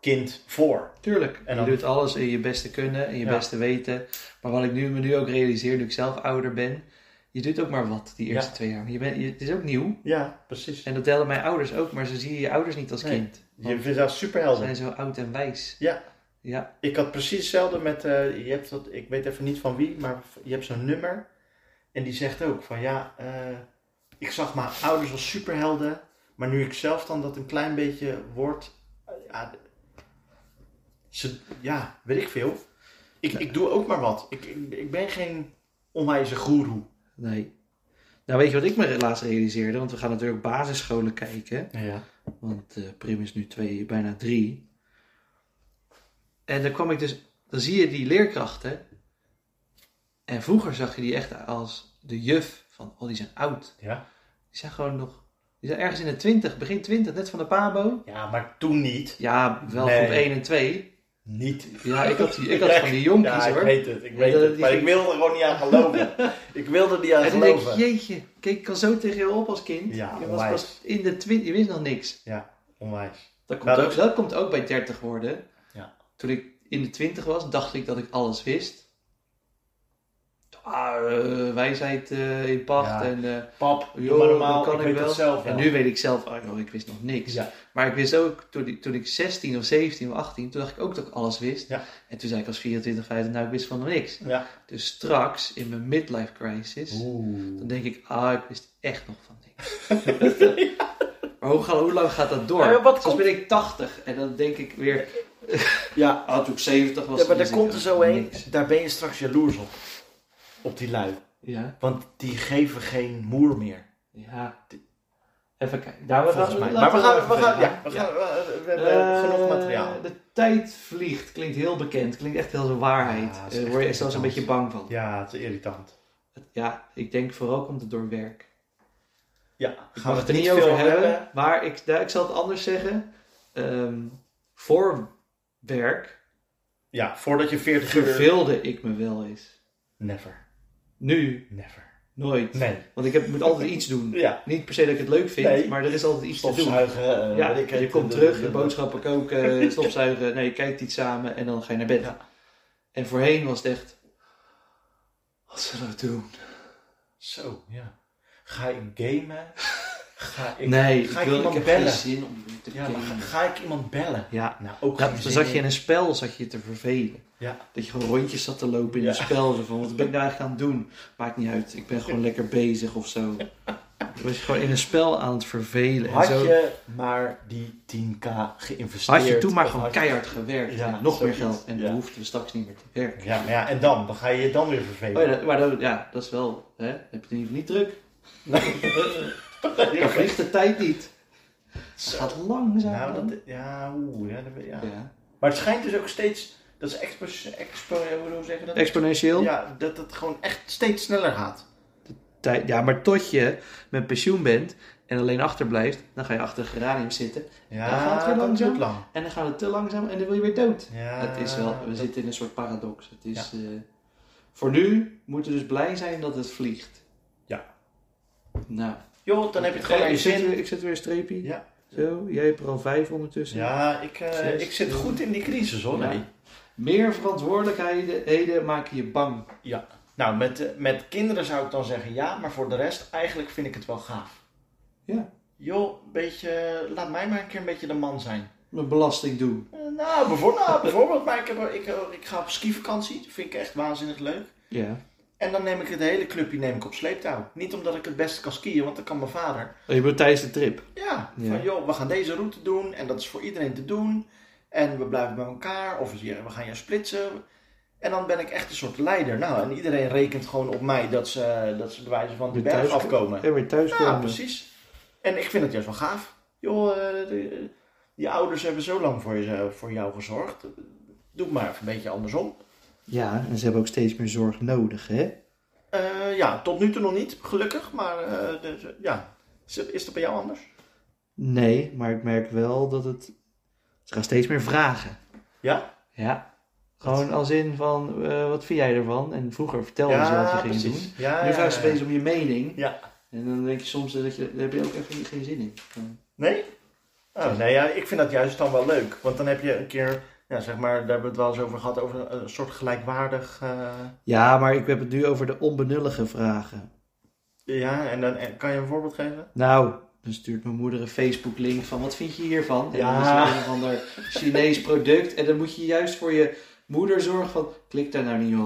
Speaker 3: kind voor.
Speaker 2: Tuurlijk.
Speaker 3: En
Speaker 2: je
Speaker 3: dan-
Speaker 2: doet alles in je beste kunnen en je
Speaker 3: Ja.
Speaker 2: beste weten. Maar wat ik nu, me nu ook realiseer, nu ik zelf ouder ben, je doet ook maar wat die eerste
Speaker 3: Ja.
Speaker 2: twee jaar. Je bent, je- het is ook nieuw.
Speaker 3: Ja, precies.
Speaker 2: En dat delen mijn ouders ook, maar ze zien je ouders niet als
Speaker 3: Nee.
Speaker 2: kind.
Speaker 3: Je
Speaker 2: Want
Speaker 3: vindt dat
Speaker 2: ze
Speaker 3: superhelder.
Speaker 2: zijn zo oud en wijs.
Speaker 3: Ja.
Speaker 2: Ja,
Speaker 3: Ik had precies hetzelfde met, eh, je hebt dat, ik weet even niet van wie, maar je hebt zo'n nummer. En die zegt ook van ja, eh, ik zag mijn ouders als superhelden. Maar nu ik zelf dan dat een klein beetje word. eh, ja, ze, ja, weet ik veel. Ik, ik doe ook maar wat. Ik, ik, ik ben geen onwijze goeroe.
Speaker 2: nee. Nou, weet je wat ik me laatst realiseerde? Want we gaan natuurlijk basisscholen kijken.
Speaker 3: Ja.
Speaker 2: Want eh, Prim is nu twee, bijna drie. En dan kwam ik dus, dan zie je die leerkrachten. En vroeger zag je die echt als de juf van, oh die zijn oud.
Speaker 3: Ja.
Speaker 2: Die zijn gewoon nog, die zijn ergens in de twintig, begin twintig, net van de pabo.
Speaker 3: ja, maar toen niet.
Speaker 2: Ja, wel
Speaker 3: Nee.
Speaker 2: groep 1 en 2.
Speaker 3: Niet.
Speaker 2: Ja, ik had, die, ik had van die jonkies
Speaker 3: Ja, ik
Speaker 2: hoor.
Speaker 3: weet het. Ik weet
Speaker 2: Ja,
Speaker 3: het.
Speaker 2: die-
Speaker 3: Maar ik wilde er gewoon niet aan geloven. ik wilde er niet aan
Speaker 2: En toen denk ik,
Speaker 3: geloven.
Speaker 2: jeetje, kijk, ik kan zo tegen je op als kind.
Speaker 3: Ja,
Speaker 2: je was
Speaker 3: onwijs.
Speaker 2: pas in de twintig, je wist nog niks.
Speaker 3: Onwijs.
Speaker 2: Dat komt,
Speaker 3: Nou, dat-
Speaker 2: ook, dat komt ook bij 30 worden.
Speaker 3: Ja.
Speaker 2: Toen ik in de 20 was, dacht ik dat ik alles wist. Ah, eh, wijsheid eh, in pacht.
Speaker 3: Ja.
Speaker 2: En, eh,
Speaker 3: Pap,
Speaker 2: joh,
Speaker 3: doe maar normaal,
Speaker 2: dat kan
Speaker 3: ik weet
Speaker 2: wel.
Speaker 3: het zelf wel.
Speaker 2: En nu weet ik zelf, ah, joh, ik wist nog niks.
Speaker 3: Ja.
Speaker 2: Maar ik wist ook, toen ik, toen ik 16 of 17 of 18, toen dacht ik ook dat ik alles wist.
Speaker 3: Ja.
Speaker 2: En toen zei ik als 24, 25, nou ik wist van niks.
Speaker 3: Ja.
Speaker 2: Dus straks, in mijn midlife crisis, dan denk ik, ah, ik wist echt nog van niks. Maar hoe, ga- hoe lang gaat dat door?
Speaker 3: Ja, maar wat
Speaker 2: Straks
Speaker 3: komt-
Speaker 2: ben ik 80 en dan denk ik weer,
Speaker 3: Ja,
Speaker 2: Ah, toen ik 70 was.
Speaker 3: ja maar
Speaker 2: wist
Speaker 3: daar
Speaker 2: ik
Speaker 3: komt er zo
Speaker 2: ook
Speaker 3: een,
Speaker 2: niks.
Speaker 3: daar ben je straks jaloers op. Op die lui.
Speaker 2: Ja,
Speaker 3: Want die geven geen moer meer.
Speaker 2: ja. Even kijken. Nou, we
Speaker 3: volgens
Speaker 2: gaan,
Speaker 3: mij. Maar
Speaker 2: laten
Speaker 3: we gaan,
Speaker 2: even
Speaker 3: we gaan,
Speaker 2: verder
Speaker 3: ja,
Speaker 2: gaan.
Speaker 3: we,
Speaker 2: Ja.
Speaker 3: gaan, we, we hebben
Speaker 2: Eh,
Speaker 3: genoeg materiaal.
Speaker 2: De tijd vliegt. Klinkt heel bekend. Klinkt echt heel als een waarheid.
Speaker 3: Ja, dat is
Speaker 2: Daar
Speaker 3: echt
Speaker 2: word je zelfs een
Speaker 3: irritant.
Speaker 2: beetje bang van.
Speaker 3: Ja, het is irritant.
Speaker 2: Ja, ik denk vooral komt het door werk.
Speaker 3: Ja,
Speaker 2: Ik mag
Speaker 3: gaan we
Speaker 2: het er niet
Speaker 3: veel
Speaker 2: over hebben, maar ik, nou, ik zal het anders zeggen. Ehm, voor werk
Speaker 3: Ja, voordat je 40 uur...
Speaker 2: verveelde ik me wel eens.
Speaker 3: Never,
Speaker 2: Nu
Speaker 3: never.
Speaker 2: nooit.
Speaker 3: Nee.
Speaker 2: Want ik heb, moet altijd iets doen.
Speaker 3: Ja,
Speaker 2: Niet per se dat ik het leuk vind,
Speaker 3: Nee.
Speaker 2: maar er is altijd iets te doen.
Speaker 3: stofzuigen. eh,
Speaker 2: Ja,
Speaker 3: weet ik
Speaker 2: je
Speaker 3: het,
Speaker 2: komt
Speaker 3: de-
Speaker 2: terug,
Speaker 3: de-
Speaker 2: je
Speaker 3: de-
Speaker 2: boodschappen koken, stofzuigen. Nee, je kijkt iets samen en dan ga je naar bed.
Speaker 3: Ja.
Speaker 2: En voorheen was het echt... Wat zullen we doen?
Speaker 3: Zo, ja. Ga ik gamen? Ga ik,
Speaker 2: nee,
Speaker 3: ga
Speaker 2: ik,
Speaker 3: ik
Speaker 2: wil, ik
Speaker 3: iemand
Speaker 2: heb
Speaker 3: bellen?
Speaker 2: geen zin om te
Speaker 3: Ja, maar ga,
Speaker 2: gamen.
Speaker 3: ga ik iemand bellen?
Speaker 2: Ja,
Speaker 3: Nou, ook
Speaker 2: Ja,
Speaker 3: geen
Speaker 2: dan
Speaker 3: zin
Speaker 2: zat je in
Speaker 3: in.
Speaker 2: een spel zat je te vervelen.
Speaker 3: Ja.
Speaker 2: Dat je gewoon rondjes zat te lopen in
Speaker 3: Ja.
Speaker 2: een spel. Zo van, wat ben ik nou eigenlijk aan het doen? Maakt niet uit, ik ben gewoon lekker bezig of zo. Dan was je gewoon in een spel aan het vervelen.
Speaker 3: Had
Speaker 2: en zo.
Speaker 3: je maar die 10k geïnvesteerd?
Speaker 2: had je toen maar
Speaker 3: of
Speaker 2: gewoon
Speaker 3: had je-
Speaker 2: keihard gewerkt.
Speaker 3: Ja,
Speaker 2: en nog
Speaker 3: zoiets.
Speaker 2: meer geld. En
Speaker 3: Ja.
Speaker 2: dan hoefden we straks niet meer te werken.
Speaker 3: Ja, maar ja, en dan? Dan ga je je dan weer vervelen.
Speaker 2: Oh ja, dat- maar dat, ja, dat is wel... Hè? Heb je het in ieder geval niet druk.
Speaker 3: Ja,
Speaker 2: Dan vliegt de tijd niet. Het gaat langzaam.
Speaker 3: Nou, dat, ja, oeh, ja, dat, weet- ja.
Speaker 2: ja.
Speaker 3: Maar het schijnt dus ook steeds, dat is expo, expo hoe zou ik zeggen dat?
Speaker 2: Exponentieel.
Speaker 3: Ja, dat het gewoon echt steeds sneller gaat.
Speaker 2: tijd. Ja, maar tot je met pensioen bent en alleen achterblijft, dan ga je achter een geranium zitten.
Speaker 3: Ja,
Speaker 2: Dan gaat het weer
Speaker 3: dat
Speaker 2: langzaam.
Speaker 3: duurt lang.
Speaker 2: En dan gaat het te langzaam en dan wil je weer dood.
Speaker 3: Ja,
Speaker 2: het is wel, we
Speaker 3: dat-
Speaker 2: zitten in een soort paradox. Het is, eh, voor nu moeten we dus blij zijn dat het vliegt.
Speaker 3: Ja.
Speaker 2: Nou.
Speaker 3: Joh, dan heb je het gewoon
Speaker 2: Eh,
Speaker 3: naar
Speaker 2: ik
Speaker 3: je
Speaker 2: zet,
Speaker 3: zin.
Speaker 2: weer, ik zet weer een streepje.
Speaker 3: Ja.
Speaker 2: Zo, jij hebt er al vijf ondertussen.
Speaker 3: Ja, ik, eh,
Speaker 2: Zes,
Speaker 3: ik zit
Speaker 2: zeven.
Speaker 3: goed in die crisis hoor.
Speaker 2: Ja.
Speaker 3: Nee.
Speaker 2: Oh, Meer verantwoordelijkheden maken je bang.
Speaker 3: Nou, met, eh, met kinderen zou ik dan zeggen ja, maar voor de rest eigenlijk vind ik het wel gaaf.
Speaker 2: Ja.
Speaker 3: Joh, een beetje, laat mij maar een keer een beetje de man zijn.
Speaker 2: Mijn belasting doen.
Speaker 3: Eh, Nou, bijvoorbeeld, nou, bijvoorbeeld maar ik, heb, ik, eh, ik ga op skivakantie. Dat vind ik echt waanzinnig leuk.
Speaker 2: Ja.
Speaker 3: En dan neem ik het hele clubje neem ik op sleeptouw. Niet omdat ik het beste kan skiën, want dat kan mijn vader.
Speaker 2: Oh, Je bent tijdens de trip.
Speaker 3: Ja,
Speaker 2: Ja.
Speaker 3: van joh, we gaan deze route doen en dat is voor iedereen te doen. En we blijven bij elkaar of ja, we gaan jou splitsen. En dan ben ik echt een soort leider. Nou, en iedereen rekent gewoon op mij dat ze, eh, dat ze bij wijze van de
Speaker 2: Weer
Speaker 3: berg
Speaker 2: thuis-
Speaker 3: afkomen.
Speaker 2: En weer thuis
Speaker 3: Ja, precies. En ik vind het juist wel gaaf. Joh, eh, de- je ouders hebben zo lang voor, je, voor jou gezorgd. Doe het maar even een beetje andersom.
Speaker 2: Ja, en ze hebben ook steeds meer zorg nodig, hè?
Speaker 3: Eh, ja, tot nu toe nog niet, gelukkig. Maar eh, dus, eh, ja, is, het- is dat bij jou anders?
Speaker 2: Nee, maar ik merk wel dat het. Ze gaan steeds meer vragen.
Speaker 3: Ja?
Speaker 2: Ja. Gewoon als in van, eh, wat vind jij ervan? En vroeger vertelden ze wat je ging doen.
Speaker 3: Ja,
Speaker 2: nu
Speaker 3: ja,
Speaker 2: vragen ze
Speaker 3: ja.
Speaker 2: opeens om je mening.
Speaker 3: Ja.
Speaker 2: En dan denk je soms dat je, daar heb je ook echt geen- geen zin in. Van,
Speaker 3: Nee? Oh, nee, ja, ik vind dat juist dan wel leuk. Want dan heb je een keer, ja, zeg maar, daar hebben we het wel eens over gehad, over een, een soort gelijkwaardig. eh,
Speaker 2: Ja, maar ik heb het nu over de onbenullige vragen.
Speaker 3: ja, en dan en kan je een voorbeeld geven?
Speaker 2: Nou, dan stuurt mijn moeder een Facebook link van, wat vind je hiervan? En dan is
Speaker 3: Ja.
Speaker 2: het een of ander Chinees product. En dan moet je juist voor je moeder zorgen van, klik daar nou niet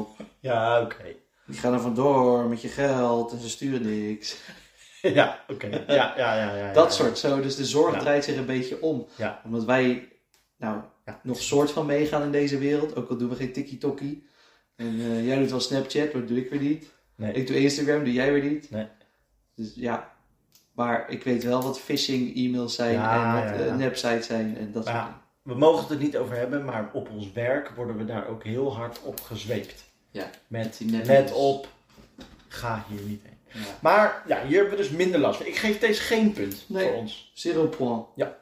Speaker 2: op.
Speaker 3: Ja, oké.
Speaker 2: Die gaan er vandoor met je geld en ze sturen niks.
Speaker 3: ja, oké. Ja, ja, ja, ja, ja.
Speaker 2: Dat soort zo. Dus de zorg
Speaker 3: Ja.
Speaker 2: draait zich een beetje om.
Speaker 3: Ja.
Speaker 2: Omdat wij nou
Speaker 3: Ja.
Speaker 2: nog soort van meegaan in deze wereld. Ook al doen we geen tikkie-tokkie. En eh, jij doet wel Snapchat, maar dat doe ik weer niet.
Speaker 3: Nee.
Speaker 2: Ik doe Instagram, doe jij weer niet.
Speaker 3: Nee.
Speaker 2: Dus ja. Maar ik weet wel wat phishing e-mails zijn
Speaker 3: Ja,
Speaker 2: en wat
Speaker 3: ja, ja.
Speaker 2: eh, websites zijn en dat soort
Speaker 3: Ja.
Speaker 2: dingen.
Speaker 3: We mogen het er niet over hebben, maar op ons werk worden we daar ook heel hard op gezweept.
Speaker 2: Ja.
Speaker 3: Met,
Speaker 2: Die net-
Speaker 3: let op, ga hier niet heen.
Speaker 2: Ja.
Speaker 3: Maar ja, hier hebben we dus minder last van. Ik geef deze geen punt
Speaker 2: Nee.
Speaker 3: voor ons.
Speaker 2: Zero point.
Speaker 3: Ja.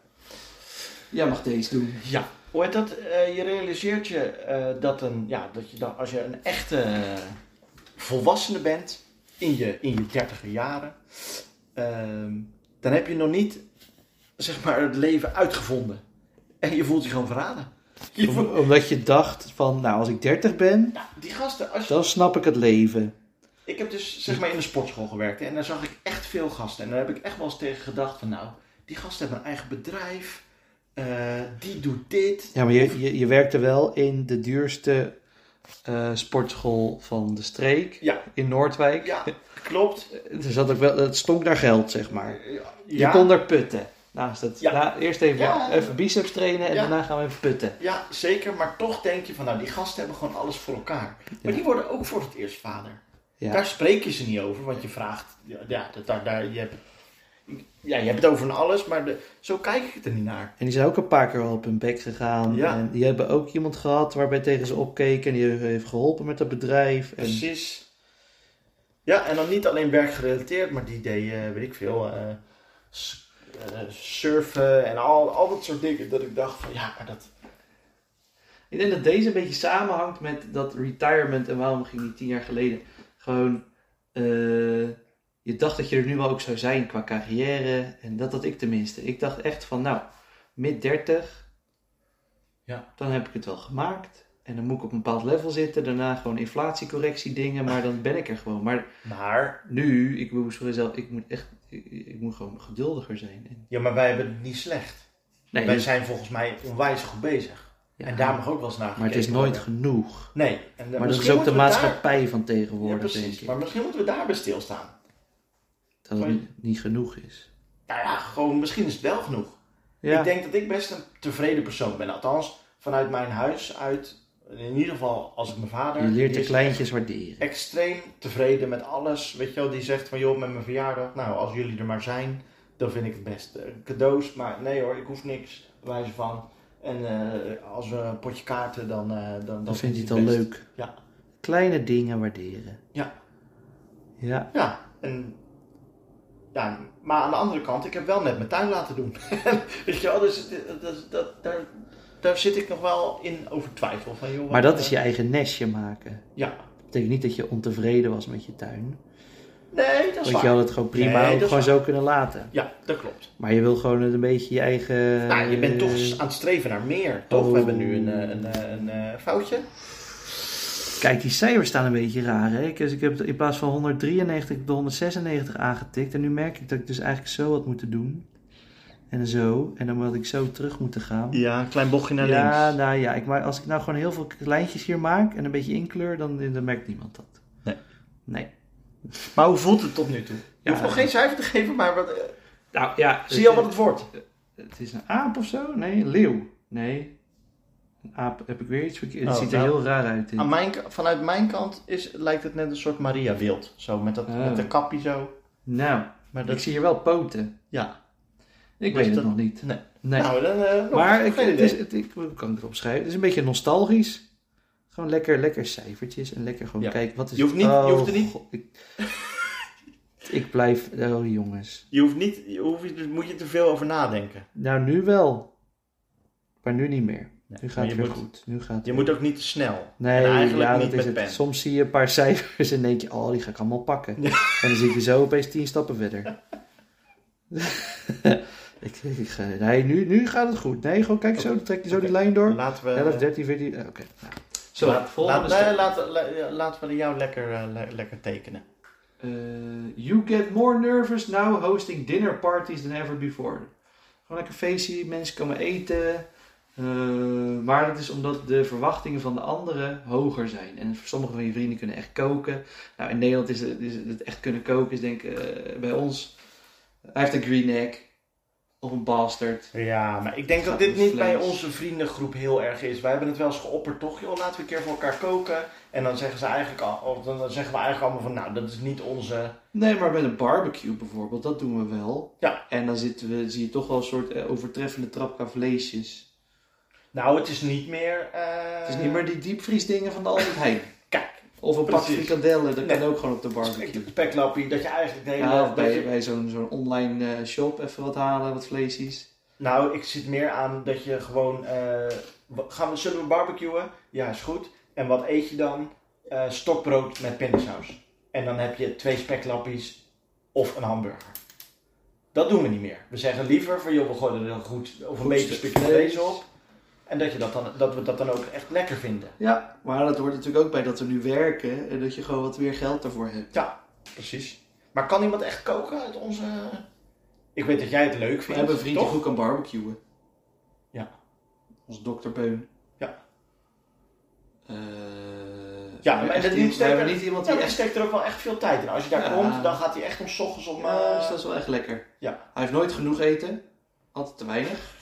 Speaker 2: Jij mag deze doen.
Speaker 3: Ja, hoe heet dat? Eh, je realiseert je eh, dat, een, ja, dat je dan, als je een echte eh, volwassene bent, in je, in je dertiger jaren, ehm, dan heb je nog niet zeg maar, het leven uitgevonden. En je voelt je gewoon verraden. Je voelt-
Speaker 2: omdat je dacht van, nou als ik 30 ben,
Speaker 3: ja, die gasten, als je-
Speaker 2: dan snap ik het leven.
Speaker 3: ik heb dus zeg maar in een sportschool gewerkt hè, en daar zag ik echt veel gasten. En daar heb ik echt wel eens tegen gedacht van nou, die gasten hebben een eigen bedrijf, eh, die doet dit.
Speaker 2: Ja, maar je, je, je werkte wel in de duurste eh, sportschool van de streek
Speaker 3: Ja,
Speaker 2: in Noordwijk. Eh,
Speaker 3: ja, klopt.
Speaker 2: Er zat ook wel, het stonk daar geld, zeg maar.
Speaker 3: Ja,
Speaker 2: Je kon daar putten. Naast het,
Speaker 3: Ja.
Speaker 2: na- eerst even,
Speaker 3: Ja.
Speaker 2: even biceps trainen en
Speaker 3: Ja.
Speaker 2: daarna gaan we even putten.
Speaker 3: Ja, zeker. Maar toch denk je van, nou, die gasten hebben gewoon alles voor elkaar. Maar die worden ook voor het eerst vader.
Speaker 2: Ja.
Speaker 3: Daar spreek je ze niet over, want je vraagt, ja, ja, dat, daar, daar, je hebt ja, je hebt het over van alles, maar de, zo kijk ik er niet naar.
Speaker 2: En die zijn ook een paar keer al op hun bek gegaan.
Speaker 3: Ja.
Speaker 2: En die hebben ook iemand gehad waarbij tegen ze opkeken. En die heeft geholpen met dat bedrijf. En
Speaker 3: Precies. Ja, en dan niet alleen werkgerelateerd, maar die deed, eh, weet ik veel, eh, s- eh, surfen en al, al dat soort dingen. Dat ik dacht van, ja, maar dat...
Speaker 2: ik denk dat deze een beetje samenhangt met dat retirement. En waarom ging die tien jaar geleden? Gewoon, eh, je dacht dat je er nu wel ook zou zijn qua carrière. En dat had ik tenminste. Ik dacht echt van, nou, mid 30.
Speaker 3: Ja.
Speaker 2: Dan heb ik het wel gemaakt. En dan moet ik op een bepaald level zitten. Daarna gewoon inflatiecorrectie dingen. Maar dan ben ik er gewoon. Maar
Speaker 3: Maar,
Speaker 2: nu, ik moet voor mezelf, ik moet echt, ik, ik moet gewoon geduldiger zijn. En,
Speaker 3: ja, maar wij hebben het niet slecht.
Speaker 2: nee,
Speaker 3: wij
Speaker 2: dus-
Speaker 3: zijn volgens mij onwijs goed bezig.
Speaker 2: ja,
Speaker 3: en daar mag ook wel eens naar
Speaker 2: maar het is
Speaker 3: gekeken
Speaker 2: nooit
Speaker 3: worden.
Speaker 2: genoeg.
Speaker 3: Nee. En,
Speaker 2: Maar dat is
Speaker 3: misschien
Speaker 2: ook de
Speaker 3: moeten we daar-
Speaker 2: maatschappij van
Speaker 3: Ja,
Speaker 2: tegenwoordig, denk
Speaker 3: precies.
Speaker 2: ik.
Speaker 3: Maar misschien moeten we daar bij stilstaan.
Speaker 2: Dat het
Speaker 3: maar-
Speaker 2: niet, niet genoeg is.
Speaker 3: Nou ja, gewoon, misschien is het wel genoeg.
Speaker 2: Ja,
Speaker 3: Ik denk dat ik best een tevreden persoon ben. Althans, vanuit mijn huis uit, in ieder geval als ik mijn vader...
Speaker 2: je leert
Speaker 3: die
Speaker 2: de
Speaker 3: is
Speaker 2: kleintjes waarderen.
Speaker 3: Extreem tevreden met alles. Weet je wel, die zegt van joh, met mijn verjaardag, nou als jullie er maar zijn, dan vind ik het best. Eh, Cadeaus, maar nee hoor, ik hoef niks, bij wijze van. En eh, als we een potje kaarten, dan... eh, dan, dan
Speaker 2: Dan vind je
Speaker 3: ik
Speaker 2: het al
Speaker 3: best.
Speaker 2: leuk.
Speaker 3: Ja.
Speaker 2: Kleine dingen waarderen.
Speaker 3: Ja.
Speaker 2: Ja,
Speaker 3: Ja, en, ja, maar aan de andere kant, ik heb wel net mijn tuin laten doen. Weet je wel, dus dat, dat, dat- daar, daar zit ik nog wel in over twijfel. Van, joh,
Speaker 2: maar
Speaker 3: wat,
Speaker 2: dat is
Speaker 3: eh,
Speaker 2: je eigen nestje maken.
Speaker 3: Ja.
Speaker 2: Dat betekent niet dat je ontevreden was met je tuin.
Speaker 3: Nee, dat is
Speaker 2: Want je
Speaker 3: waar.
Speaker 2: had het gewoon prima
Speaker 3: Nee,
Speaker 2: ook
Speaker 3: dat is
Speaker 2: gewoon zo kunnen laten.
Speaker 3: Ja, dat klopt.
Speaker 2: Maar je wil gewoon een beetje je eigen... eh,
Speaker 3: nou, je bent toch aan het streven naar meer, toch?
Speaker 2: oh.
Speaker 3: We hebben nu een, eh, een, eh, een, eh, foutje.
Speaker 2: Kijk, die cijfers staan een beetje raar. Hè? Ik, dus ik heb in plaats van 193 heb ik de 196 aangetikt. En nu merk ik dat ik dus eigenlijk zo had moeten doen. En zo. En dan had ik zo terug moeten gaan.
Speaker 3: Ja, een klein bochtje
Speaker 2: ja, nou ja. Ik, maar als ik nou gewoon heel veel lijntjes hier maak en een beetje inkleur, dan, dan merkt niemand dat.
Speaker 3: Nee.
Speaker 2: Nee.
Speaker 3: Maar hoe voelt het tot nu toe? Je
Speaker 2: Ja.
Speaker 3: hoeft nog geen cijfer te geven, maar wat, eh,
Speaker 2: Nou ja.
Speaker 3: zie je al wat het wordt?
Speaker 2: Het is een aap of zo? Nee, een leeuw. Nee. Een aap heb ik weer iets verkeerd. Het
Speaker 3: Oh,
Speaker 2: ziet er
Speaker 3: nou.
Speaker 2: heel raar uit.
Speaker 3: Aan
Speaker 2: Dit.
Speaker 3: mijn, k- vanuit mijn kant is, lijkt het net een soort Maria Wild. Zo, met, dat,
Speaker 2: Ah.
Speaker 3: met de kapje zo.
Speaker 2: Nou,
Speaker 3: Maar
Speaker 2: ik
Speaker 3: Ah, dat,
Speaker 2: zie hier wel poten.
Speaker 3: ja.
Speaker 2: Ik
Speaker 3: Dus
Speaker 2: weet het
Speaker 3: dat-
Speaker 2: nog niet.
Speaker 3: nee.
Speaker 2: nee.
Speaker 3: Nou, dan, eh, nog
Speaker 2: Maar ik,
Speaker 3: geen
Speaker 2: het
Speaker 3: idee.
Speaker 2: is, het, ik hoe kan het opschrijven. Het is een beetje nostalgisch. Gewoon lekker, lekker cijfertjes en lekker gewoon
Speaker 3: Ja.
Speaker 2: kijken wat is.
Speaker 3: Je hoeft niet- je
Speaker 2: oh,
Speaker 3: hoeft er niet-
Speaker 2: God, ik, ik blijf. Oh jongens.
Speaker 3: je hoeft niet, je hoeft, je- dus moet je te veel over nadenken.
Speaker 2: Nou nu wel, maar nu niet meer.
Speaker 3: Nee,
Speaker 2: Nu
Speaker 3: maar
Speaker 2: gaat
Speaker 3: je
Speaker 2: het weer
Speaker 3: moet-
Speaker 2: goed. Nu gaat.
Speaker 3: Je moet ook niet te snel.
Speaker 2: Nee,
Speaker 3: en eigenlijk
Speaker 2: ja, dat
Speaker 3: niet
Speaker 2: is
Speaker 3: met
Speaker 2: het.
Speaker 3: pen.
Speaker 2: Soms zie je een paar cijfers en denk je, oh, die ga ik allemaal pakken. En dan zit je zo opeens tien stappen verder. ik, ik, ga- nee, nu, nu gaat het goed. Nee, gewoon kijk zo, dan trek je zo die
Speaker 3: Oké.
Speaker 2: lijn door.
Speaker 3: Laten we,
Speaker 2: 11, 13, 14, eh, oké. Nou. Zo,
Speaker 3: laat-
Speaker 2: volgende
Speaker 3: laat- nee,
Speaker 2: stap.
Speaker 3: laten, la- ja, laten we jou lekker, eh, le- lekker tekenen.
Speaker 2: Eh, you get more nervous now hosting dinner parties than ever before. Gewoon lekker feestje, mensen komen eten. Eh, maar dat is omdat de verwachtingen van de anderen hoger zijn. En sommige van je vrienden kunnen echt koken. Nou, in Nederland is het, is het echt kunnen koken, is denk ik eh, bij ons. Hij heeft een green egg of een bastard.
Speaker 3: Ja, maar ik denk
Speaker 2: Gaat
Speaker 3: dat dit
Speaker 2: met
Speaker 3: niet bij
Speaker 2: vlees.
Speaker 3: onze vriendengroep heel erg is. Wij hebben het wel eens geopperd, toch? Joh, laten we een keer voor elkaar koken. En dan zeggen ze eigenlijk al, of dan, dan zeggen we eigenlijk allemaal van, nou, dat is niet onze.
Speaker 2: Nee, maar met een barbecue bijvoorbeeld, dat doen we wel.
Speaker 3: Ja.
Speaker 2: En dan zitten we, zie je toch wel een soort eh, overtreffende trap qua vleesjes.
Speaker 3: Nou, het is niet meer. eh,
Speaker 2: Het is niet meer die diepvriesdingen van de Albert Heijn.
Speaker 3: Kijk,
Speaker 2: Of een pak
Speaker 3: Precies.
Speaker 2: frikandellen, dat
Speaker 3: Nee.
Speaker 2: kan ook gewoon op de barbecue.
Speaker 3: de peklappie, dat je eigenlijk de hele.
Speaker 2: Ja, of
Speaker 3: dat
Speaker 2: bij,
Speaker 3: je-
Speaker 2: bij zo'n zo'n online eh, shop even wat halen, wat vleesjes.
Speaker 3: Nou, ik zit meer aan dat je gewoon. eh, wa- gaan we, zullen we barbecuen? Ja, is goed. En wat eet je dan? Eh, stokbrood met pindasaus. En dan heb je twee speklappies of een hamburger. Dat doen we niet meer. We zeggen liever van joh, we gooien er een goed of een
Speaker 2: Goed
Speaker 3: beetje
Speaker 2: stuk
Speaker 3: stukje
Speaker 2: vlees.
Speaker 3: vlees op. En dat, je dat, dan, dat we dat dan ook echt lekker vinden.
Speaker 2: Ja, maar dat hoort natuurlijk ook bij dat we nu werken en dat je gewoon wat meer geld daarvoor hebt.
Speaker 3: Ja, precies. Maar kan iemand echt koken uit onze. Ik weet dat jij het leuk
Speaker 2: We
Speaker 3: vindt.
Speaker 2: hebben een vriend die
Speaker 3: toch?
Speaker 2: goed kan barbecuen.
Speaker 3: Ja.
Speaker 2: Onze dokter Beun.
Speaker 3: Ja.
Speaker 2: Eh,
Speaker 3: Ja,
Speaker 2: we
Speaker 3: maar
Speaker 2: echt
Speaker 3: dat
Speaker 2: iemand-
Speaker 3: niet
Speaker 2: we hebben
Speaker 3: zeker-
Speaker 2: niet iemand die
Speaker 3: Ja, maar je
Speaker 2: echt...
Speaker 3: steekt er ook wel echt veel tijd in. Als je daar
Speaker 2: Ja.
Speaker 3: komt, dan gaat hij echt om 's ochtends om.
Speaker 2: Ja,
Speaker 3: eh,
Speaker 2: dus dat is wel echt lekker.
Speaker 3: Ja.
Speaker 2: Hij heeft nooit genoeg eten. Altijd te weinig.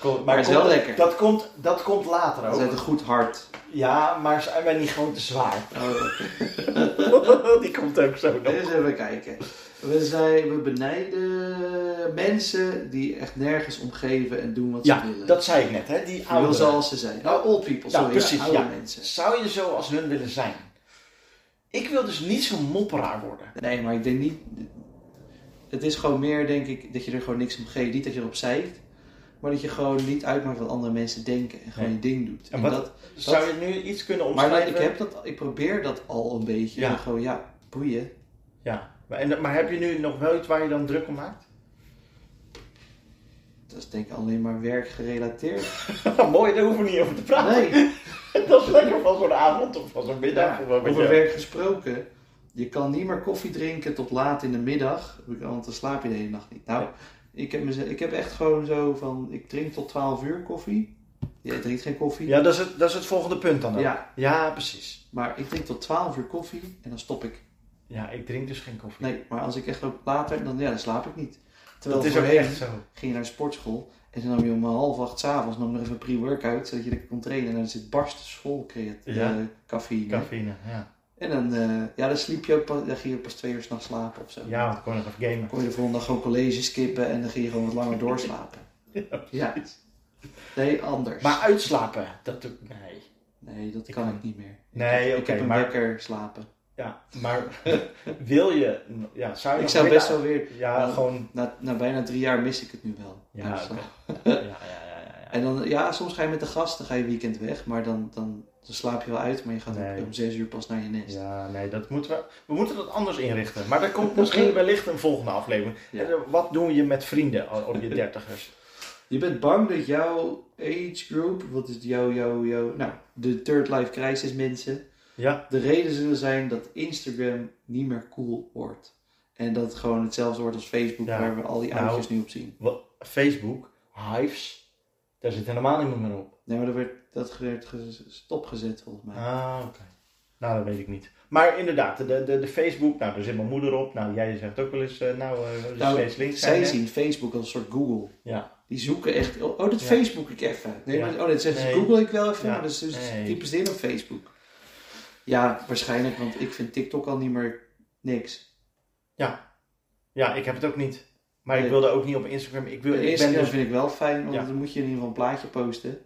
Speaker 3: Kom-
Speaker 2: Maar het is
Speaker 3: komt-
Speaker 2: wel lekker.
Speaker 3: Dat komt, dat komt later
Speaker 2: Hij heeft
Speaker 3: ook.
Speaker 2: een goed hart.
Speaker 3: Ja, maar zijn wij niet gewoon te zwaar?
Speaker 2: Oh.
Speaker 3: Die komt ook zo nog.
Speaker 2: Eens even kijken. We, zijn, we benijden mensen die echt nergens omgeven en doen wat
Speaker 3: Ja,
Speaker 2: ze willen.
Speaker 3: dat zei ik net, hè? Die
Speaker 2: Die wil
Speaker 3: ouderen.
Speaker 2: zoals ze zijn. Nou, old people,
Speaker 3: Ja,
Speaker 2: sorry.
Speaker 3: precies,
Speaker 2: oude
Speaker 3: ja.
Speaker 2: mensen.
Speaker 3: Zou je zo als hun willen zijn? Ik wil dus niet zo'n mopperaar worden.
Speaker 2: Nee, maar ik denk niet... Het is gewoon meer, denk ik, dat je er gewoon niks om geeft. Niet dat je erop zeikt, maar dat je gewoon niet uitmaakt wat andere mensen denken. En gewoon
Speaker 3: Nee.
Speaker 2: je ding doet.
Speaker 3: En wat-
Speaker 2: dat,
Speaker 3: Zou je nu iets
Speaker 2: maar
Speaker 3: kunnen omschrijven?
Speaker 2: dat- ik, heb dat, ik probeer dat al een beetje.
Speaker 3: Ja.
Speaker 2: Maar Gewoon, ja, boeien.
Speaker 3: Ja, maar, en, maar heb je nu nog wel iets waar je dan druk om maakt?
Speaker 2: Dat is denk ik alleen maar werkgerelateerd.
Speaker 3: Mooi, daar hoeven we niet over te praten.
Speaker 2: Nee.
Speaker 3: dat is lekker van zo'n avond of van zo'n middag.
Speaker 2: Ja,
Speaker 3: of wat
Speaker 2: over
Speaker 3: je-
Speaker 2: werk gesproken. Je kan niet meer koffie drinken tot laat in de middag, want dan slaap je de hele nacht niet. Nou, ik heb, meze- ik heb echt gewoon zo van, ik drink tot 12 uur koffie. Jij drinkt geen koffie.
Speaker 3: Ja, dat is, het, dat is het volgende punt dan ook.
Speaker 2: Ja,
Speaker 3: Ja, precies.
Speaker 2: maar ik drink tot 12 uur koffie en dan stop ik.
Speaker 3: Ja, ik drink dus geen koffie.
Speaker 2: Nee, maar als ik echt loop later, dan, ja, dan slaap ik niet. Terwijl
Speaker 3: dat is ook
Speaker 2: voorheen
Speaker 3: echt zo.
Speaker 2: ging je naar de sportschool en dan nam je om half acht s'avonds nog even een pre-workout, zodat je lekker kon trainen. En dan zit barst school creat-
Speaker 3: Ja.
Speaker 2: eh, cafeïne.
Speaker 3: Cafeïne, ja.
Speaker 2: En dan, eh, ja, dan sliep je ook, pas- dan ging je pas twee uur s'nachts slapen of zo.
Speaker 3: Ja, want ik kon nog even gamen.
Speaker 2: kon je de volgende dag gewoon college skippen en dan ging je gewoon wat langer doorslapen. Ja. Nee, anders.
Speaker 3: Maar uitslapen, dat doe ik... Nee.
Speaker 2: nee, dat
Speaker 3: Ik
Speaker 2: kan
Speaker 3: kan-
Speaker 2: ik niet meer.
Speaker 3: Nee,
Speaker 2: ik
Speaker 3: oké,
Speaker 2: heb een
Speaker 3: maar...
Speaker 2: wekker slapen.
Speaker 3: Ja, maar wil je... Ja, zou je
Speaker 2: Ik
Speaker 3: nog
Speaker 2: zou
Speaker 3: willen-
Speaker 2: best wel weer...
Speaker 3: Ja, gewoon...
Speaker 2: Na, na bijna drie jaar mis ik het nu wel.
Speaker 3: Ja,
Speaker 2: Dus,
Speaker 3: oké.
Speaker 2: eh,
Speaker 3: ja, ja, ja, ja, ja.
Speaker 2: En dan, ja, soms ga je met de gasten, ga je weekend weg, maar dan, dan, dan slaap je wel uit, maar je gaat
Speaker 3: Nee.
Speaker 2: ook om zes uur pas naar je nest.
Speaker 3: Ja, nee, dat moeten we... We moeten dat anders inrichten. Maar daar komt misschien wellicht een volgende aflevering.
Speaker 2: Ja.
Speaker 3: Eh, Wat doe je met vrienden al- op je dertigers?
Speaker 2: Je bent bang dat jouw age group, wat is het, jouw, jouw, jouw, nou, de third life crisis mensen,
Speaker 3: Ja,
Speaker 2: De reden zullen zijn dat Instagram niet meer cool wordt. En dat het gewoon hetzelfde wordt als Facebook,
Speaker 3: Ja.
Speaker 2: waar we al die
Speaker 3: Nou.
Speaker 2: oudjes nu op zien.
Speaker 3: wat, Facebook, Hives, daar zit helemaal niemand meer op.
Speaker 2: Nee, maar dat werd, dat werd ge- stopgezet volgens mij.
Speaker 3: Ah, oké. Nou, dat weet ik niet. Maar inderdaad, de, de, de Facebook, nou, daar zit mijn moeder op. Nou, jij zegt ook wel eens, eh, nou, eh, we
Speaker 2: Nou,
Speaker 3: steeds links
Speaker 2: Zij
Speaker 3: zijn. hè?
Speaker 2: zien Facebook als een soort Google.
Speaker 3: Ja.
Speaker 2: Die zoeken echt, oh, dat
Speaker 3: Ja.
Speaker 2: Facebook ik even. Nee,
Speaker 3: Ja.
Speaker 2: maar, oh, dat zegt
Speaker 3: Nee.
Speaker 2: Google ik wel even,
Speaker 3: Ja.
Speaker 2: maar dat is dus
Speaker 3: Nee.
Speaker 2: typisch dit op Facebook. Ja, waarschijnlijk, want ik vind TikTok al niet meer niks.
Speaker 3: Ja, ik heb het ook niet. Maar ik
Speaker 2: Nee.
Speaker 3: wilde ook niet op Instagram. Ik, wil, ik ben
Speaker 2: Instagram
Speaker 3: dus,
Speaker 2: vind ik wel fijn, want
Speaker 3: Ja.
Speaker 2: dan moet je in ieder geval een plaatje posten.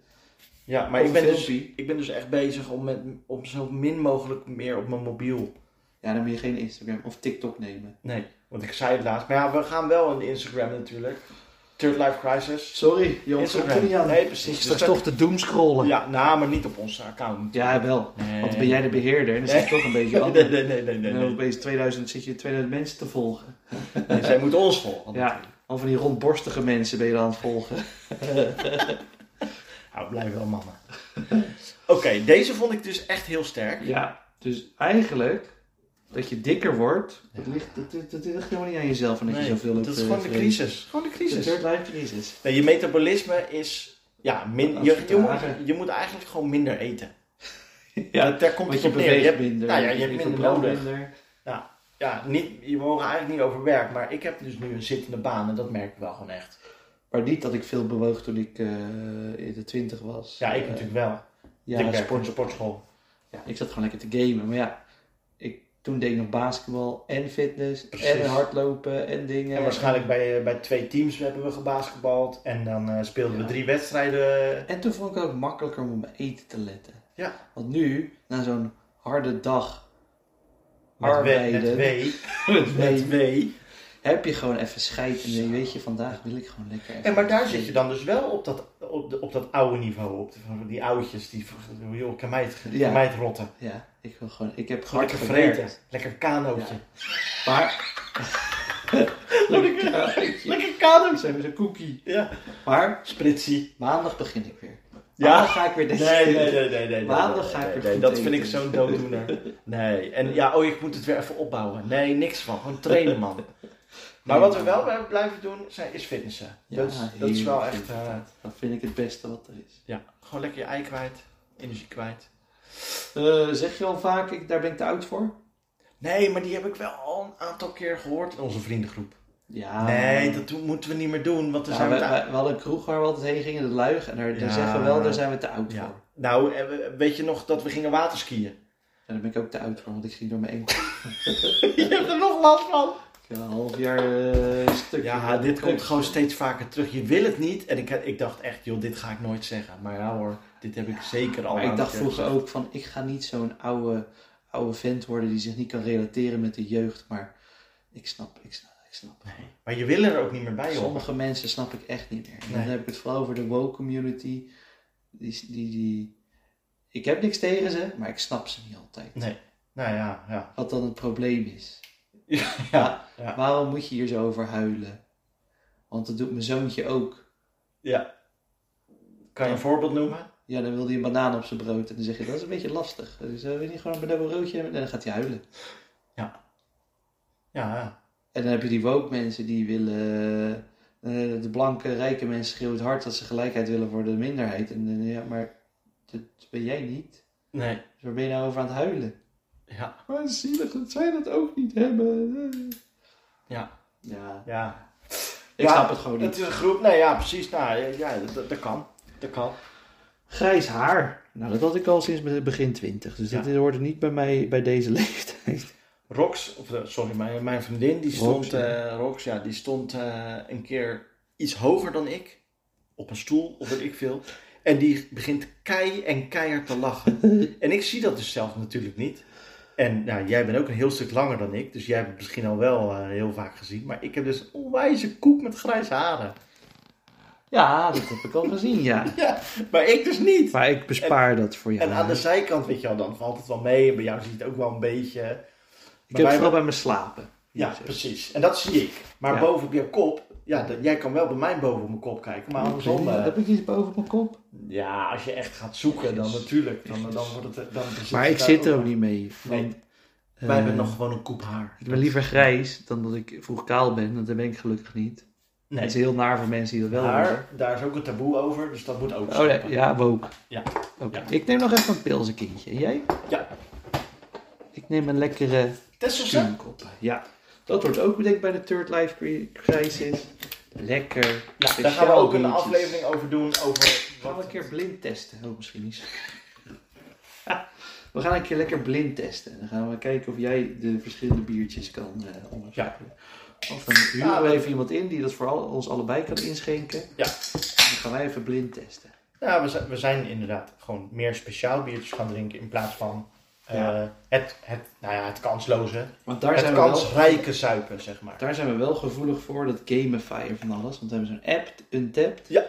Speaker 3: ja, maar
Speaker 2: of
Speaker 3: ik ben
Speaker 2: een
Speaker 3: dus,
Speaker 2: filmpje.
Speaker 3: ik ben dus echt bezig om, met, om zo min mogelijk meer op mijn mobiel.
Speaker 2: Ja, dan moet je geen Instagram of TikTok nemen.
Speaker 3: Nee, want ik zei het laatst. Maar ja, we gaan wel een Instagram natuurlijk. Third Life Crisis.
Speaker 2: Sorry, jongens, komt er
Speaker 3: Instagram.
Speaker 2: niet aan.
Speaker 3: Nee, precies. Dus dat-
Speaker 2: te doomscrollen?
Speaker 3: Ja, nou, maar niet op onze account.
Speaker 2: Ja, wel.
Speaker 3: Nee.
Speaker 2: Want dan ben jij de beheerder en dan
Speaker 3: Nee.
Speaker 2: is het toch een beetje
Speaker 3: Nee,
Speaker 2: anders.
Speaker 3: nee, nee, nee, nee. nee,
Speaker 2: En dan opeens 2000 zit je 2000 mensen te volgen.
Speaker 3: Nee, Zij moet ons volgen.
Speaker 2: Ja, al van die rondborstige mensen ben je dan aan het volgen.
Speaker 3: Nou, blijven wel mannen. Oké, deze vond ik dus echt heel sterk.
Speaker 2: Ja, dus eigenlijk dat je dikker wordt, dat, ligt, dat, dat, dat ligt helemaal niet aan jezelf en dat
Speaker 3: Nee,
Speaker 2: je zoveel loopt eh,
Speaker 3: dat is
Speaker 2: te
Speaker 3: gewoon de
Speaker 2: vreten.
Speaker 3: crisis. Gewoon de
Speaker 2: De
Speaker 3: crisis.
Speaker 2: third life crisis.
Speaker 3: Nee, je metabolisme is... Ja, min,
Speaker 2: Als
Speaker 3: je, je,
Speaker 2: vertragen.
Speaker 3: moet, je moet eigenlijk gewoon minder eten.
Speaker 2: Ja,
Speaker 3: Dat- daar komt
Speaker 2: Want
Speaker 3: het
Speaker 2: je
Speaker 3: op neer. Je
Speaker 2: beweegt
Speaker 3: hebt-
Speaker 2: minder.
Speaker 3: nou ja, je hebt minder
Speaker 2: verbrandt
Speaker 3: nodig.
Speaker 2: minder.
Speaker 3: Ja, niet, je mogen eigenlijk niet over werk. Maar ik heb dus nu een zittende baan en dat merk ik wel gewoon echt.
Speaker 2: Maar niet dat ik veel bewoog toen ik eh, in de 20 was.
Speaker 3: Ja, ik
Speaker 2: Eh,
Speaker 3: natuurlijk wel. ik
Speaker 2: Ja,
Speaker 3: werk
Speaker 2: sport,
Speaker 3: op een sportschool.
Speaker 2: Ja, ik zat gewoon lekker te gamen. Maar ja, ik, toen deed ik nog basketbal en fitness
Speaker 3: Precies.
Speaker 2: en hardlopen en dingen.
Speaker 3: En waarschijnlijk bij, eh, bij twee teams hebben we gebasketbald. En dan eh, speelden
Speaker 2: Ja.
Speaker 3: we drie wedstrijden.
Speaker 2: En toen vond ik het ook makkelijker om op mijn eten te letten.
Speaker 3: Ja.
Speaker 2: Want nu, na zo'n harde dag
Speaker 3: Met W.
Speaker 2: arbeiden,
Speaker 3: Met W. Met
Speaker 2: met W,
Speaker 3: W.
Speaker 2: heb je gewoon even scheid. En dan weet je, vandaag wil ik gewoon lekker even
Speaker 3: En maar daar
Speaker 2: eten.
Speaker 3: zit je dan dus wel op dat, op, de- op dat oude niveau. Op de- die oudjes die v- joh, kan mij het, kan
Speaker 2: Ja.
Speaker 3: mij het rotten.
Speaker 2: Ja, ik wil gewoon, ik heb hard
Speaker 3: Lekker
Speaker 2: gewerkt.
Speaker 3: vreten. Lekker kanootje.
Speaker 2: Ja. Maar... Lekker kaartje.
Speaker 3: Lekker kanootje.
Speaker 2: Zijn we zo'n cookie.
Speaker 3: Ja.
Speaker 2: Maar
Speaker 3: spritsie.
Speaker 2: maandag begin ik weer.
Speaker 3: Ja.
Speaker 2: Maandag ga ik weer
Speaker 3: Nee,
Speaker 2: deze
Speaker 3: nee, nee, nee. nee, nee
Speaker 2: Ah. Maandag
Speaker 3: nee,
Speaker 2: ga ik
Speaker 3: nee,
Speaker 2: weer
Speaker 3: nee,
Speaker 2: goed
Speaker 3: Dat vind ik
Speaker 2: eten.
Speaker 3: zo'n dooddoener. Nee. En ja, oh, ik moet het weer even opbouwen. Nee, niks van. Gewoon trainen, man. Maar wat we wel blijven doen, zijn, is fitnessen.
Speaker 2: Ja,
Speaker 3: dat, is, dat is wel
Speaker 2: heerlijk
Speaker 3: echt...
Speaker 2: vind ik
Speaker 3: eh,
Speaker 2: Dat vind ik het beste wat er is.
Speaker 3: ja, gewoon lekker je ei kwijt. Energie kwijt.
Speaker 2: Eh, zeg je al vaak, ik, daar ben ik te oud voor?
Speaker 3: Nee, maar die heb ik wel al een aantal keer gehoord in onze vriendengroep.
Speaker 2: Ja.
Speaker 3: Nee, dat doen- moeten we niet meer doen, want dan
Speaker 2: Ja,
Speaker 3: zijn
Speaker 2: we,
Speaker 3: Ah. we... te-
Speaker 2: we- we hadden een kroeg waar we altijd heen gingen, de Luig. En daar, daar
Speaker 3: Ja.
Speaker 2: zeggen we wel, daar zijn we te oud voor.
Speaker 3: Ja. Nou, en we- weet je nog dat we gingen waterskiën?
Speaker 2: En daar ben ik ook te oud voor, want ik ging door mijn enkel.
Speaker 3: je hebt er nog last van.
Speaker 2: Ik heb een half jaar eh stukje.
Speaker 3: Ja,
Speaker 2: van
Speaker 3: dit
Speaker 2: de
Speaker 3: komt
Speaker 2: keuken.
Speaker 3: gewoon steeds vaker terug. Je wil het niet. En ik, ik dacht echt, joh, dit ga ik nooit zeggen. Maar ja hoor, dit heb ik zeker al
Speaker 2: Maar
Speaker 3: aan
Speaker 2: ik
Speaker 3: de
Speaker 2: dacht
Speaker 3: keer
Speaker 2: vroeger
Speaker 3: gezegd.
Speaker 2: ook van, ik ga niet zo'n oude, oude vent worden die zich niet kan relateren met de jeugd. Maar ik snap, ik snap, ik snap.
Speaker 3: Maar je wil er ook niet meer bij, hoor.
Speaker 2: Sommige mensen snap ik echt niet meer. En Dan
Speaker 3: Nee.
Speaker 2: heb ik het vooral over de woke community. Die, die, die, ik heb niks tegen ze, maar ik snap ze niet altijd.
Speaker 3: Nee. Nou ja, ja.
Speaker 2: Wat dan het probleem is.
Speaker 3: Ja,
Speaker 2: Wa-
Speaker 3: ja.
Speaker 2: Waarom moet je hier zo over huilen? Want dat doet mijn zoontje ook.
Speaker 3: ja. Kan je een voorbeeld noemen?
Speaker 2: Ja, dan wil hij een banaan op zijn brood. En dan zeg je, dat is een beetje lastig. Dus eh, wil je niet gewoon een banaan broodje hebben? En dan gaat hij huilen.
Speaker 3: Ja, ja.
Speaker 2: En dan heb je die woke mensen die willen... eh, de blanke, rijke mensen schreeuwen het hard dat ze gelijkheid willen voor de minderheid. En dan, ja, maar dat ben jij niet.
Speaker 3: Nee.
Speaker 2: Dus waar ben je nou over aan het huilen?
Speaker 3: Ja.
Speaker 2: Maar Oh, zielig dat zij dat ook niet hebben.
Speaker 3: Ja.
Speaker 2: Ja,
Speaker 3: Ja.
Speaker 2: ik
Speaker 3: Ja,
Speaker 2: snap het gewoon
Speaker 3: Het
Speaker 2: niet.
Speaker 3: is een groep. Nee, ja, precies. Nou, ja, ja, dat, dat kan. Dat kan.
Speaker 2: Grijs haar. Nou, dat had ik al sinds mijn begin twintig. Dus
Speaker 3: Ja.
Speaker 2: dat hoort er niet bij mij bij deze leeftijd.
Speaker 3: Rox, of eh, sorry, mijn, mijn vriendin, die
Speaker 2: Rox,
Speaker 3: stond,
Speaker 2: ja.
Speaker 3: eh, Rox, ja, die stond eh, een keer iets hoger dan ik. Op een stoel, of weet ik veel. En die begint kei en keihard te lachen. en ik zie dat dus zelf natuurlijk niet. En nou, jij bent ook een heel stuk langer dan ik. Dus jij hebt het misschien al wel eh, heel vaak gezien. Maar ik heb dus een onwijze koek met grijze haren.
Speaker 2: Ja, dat heb ik al gezien, ja.
Speaker 3: Ja, maar ik dus niet.
Speaker 2: Maar ik bespaar dat voor jou.
Speaker 3: En aan de zijkant, weet je wel, dan valt het wel mee. En bij jou zie je het ook wel een beetje.
Speaker 2: ik heb
Speaker 3: bij
Speaker 2: het wel bij mijn slapen.
Speaker 3: Ja,
Speaker 2: Zo.
Speaker 3: precies. En dat zie ik. Maar
Speaker 2: Ja.
Speaker 3: boven op je kop, ja, dat- jij kan wel bij mij boven op mijn kop kijken, maar andersom. eh,
Speaker 2: Heb ik iets boven mijn kop?
Speaker 3: ja, als je echt gaat zoeken, dan
Speaker 2: Yes.
Speaker 3: natuurlijk. Dan, dan wordt het. eh, Dan zit
Speaker 2: Maar
Speaker 3: je
Speaker 2: ik
Speaker 3: daar
Speaker 2: zit er ook niet mee.
Speaker 3: Nee,
Speaker 2: want, eh,
Speaker 3: Wij hebben nog gewoon een koep haar.
Speaker 2: Ik ben liever grijs dan dat ik vroeg kaal ben. Want dat ben ik gelukkig niet.
Speaker 3: Nee,
Speaker 2: Dat is heel naar voor mensen die dat wel hebben.
Speaker 3: haar, daar is ook een taboe over, dus dat moet ook.
Speaker 2: Oh nee,
Speaker 3: stoppen.
Speaker 2: ja, woke.
Speaker 3: Ja.
Speaker 2: Oké.
Speaker 3: Ja.
Speaker 2: Ik neem nog even een pilsenkindje. En jij?
Speaker 3: Ja.
Speaker 2: Ik neem een lekkere
Speaker 3: Tesselse?
Speaker 2: tuinkop. Ja. Dat wordt ook bedenkt bij de Third Life cri- Crisis. Lekker.
Speaker 3: Ja, daar
Speaker 2: Speciaal
Speaker 3: gaan we ook een
Speaker 2: biertjes.
Speaker 3: aflevering over doen. Over
Speaker 2: Gaan we een
Speaker 3: wat...
Speaker 2: keer blind testen? Oh, misschien niet. Ja, we gaan een keer lekker blind testen. Dan gaan we kijken of jij de verschillende biertjes kan eh onderzoeken. Of dan huren
Speaker 3: Ja,
Speaker 2: we
Speaker 3: dat-
Speaker 2: even iemand in die dat voor al- ons allebei kan inschenken.
Speaker 3: Ja.
Speaker 2: En dan gaan wij even blind testen.
Speaker 3: Ja, we zijn, we zijn inderdaad gewoon meer speciaal biertjes gaan drinken in plaats van eh,
Speaker 2: Ja.
Speaker 3: het, het, nou ja, het kansloze.
Speaker 2: Want daar
Speaker 3: het
Speaker 2: zijn we wel
Speaker 3: kansrijke zuipen, zeg maar.
Speaker 2: Daar zijn we wel gevoelig voor, dat gamifier van alles. Want we hebben zo'n app, Untapped.
Speaker 3: Ja.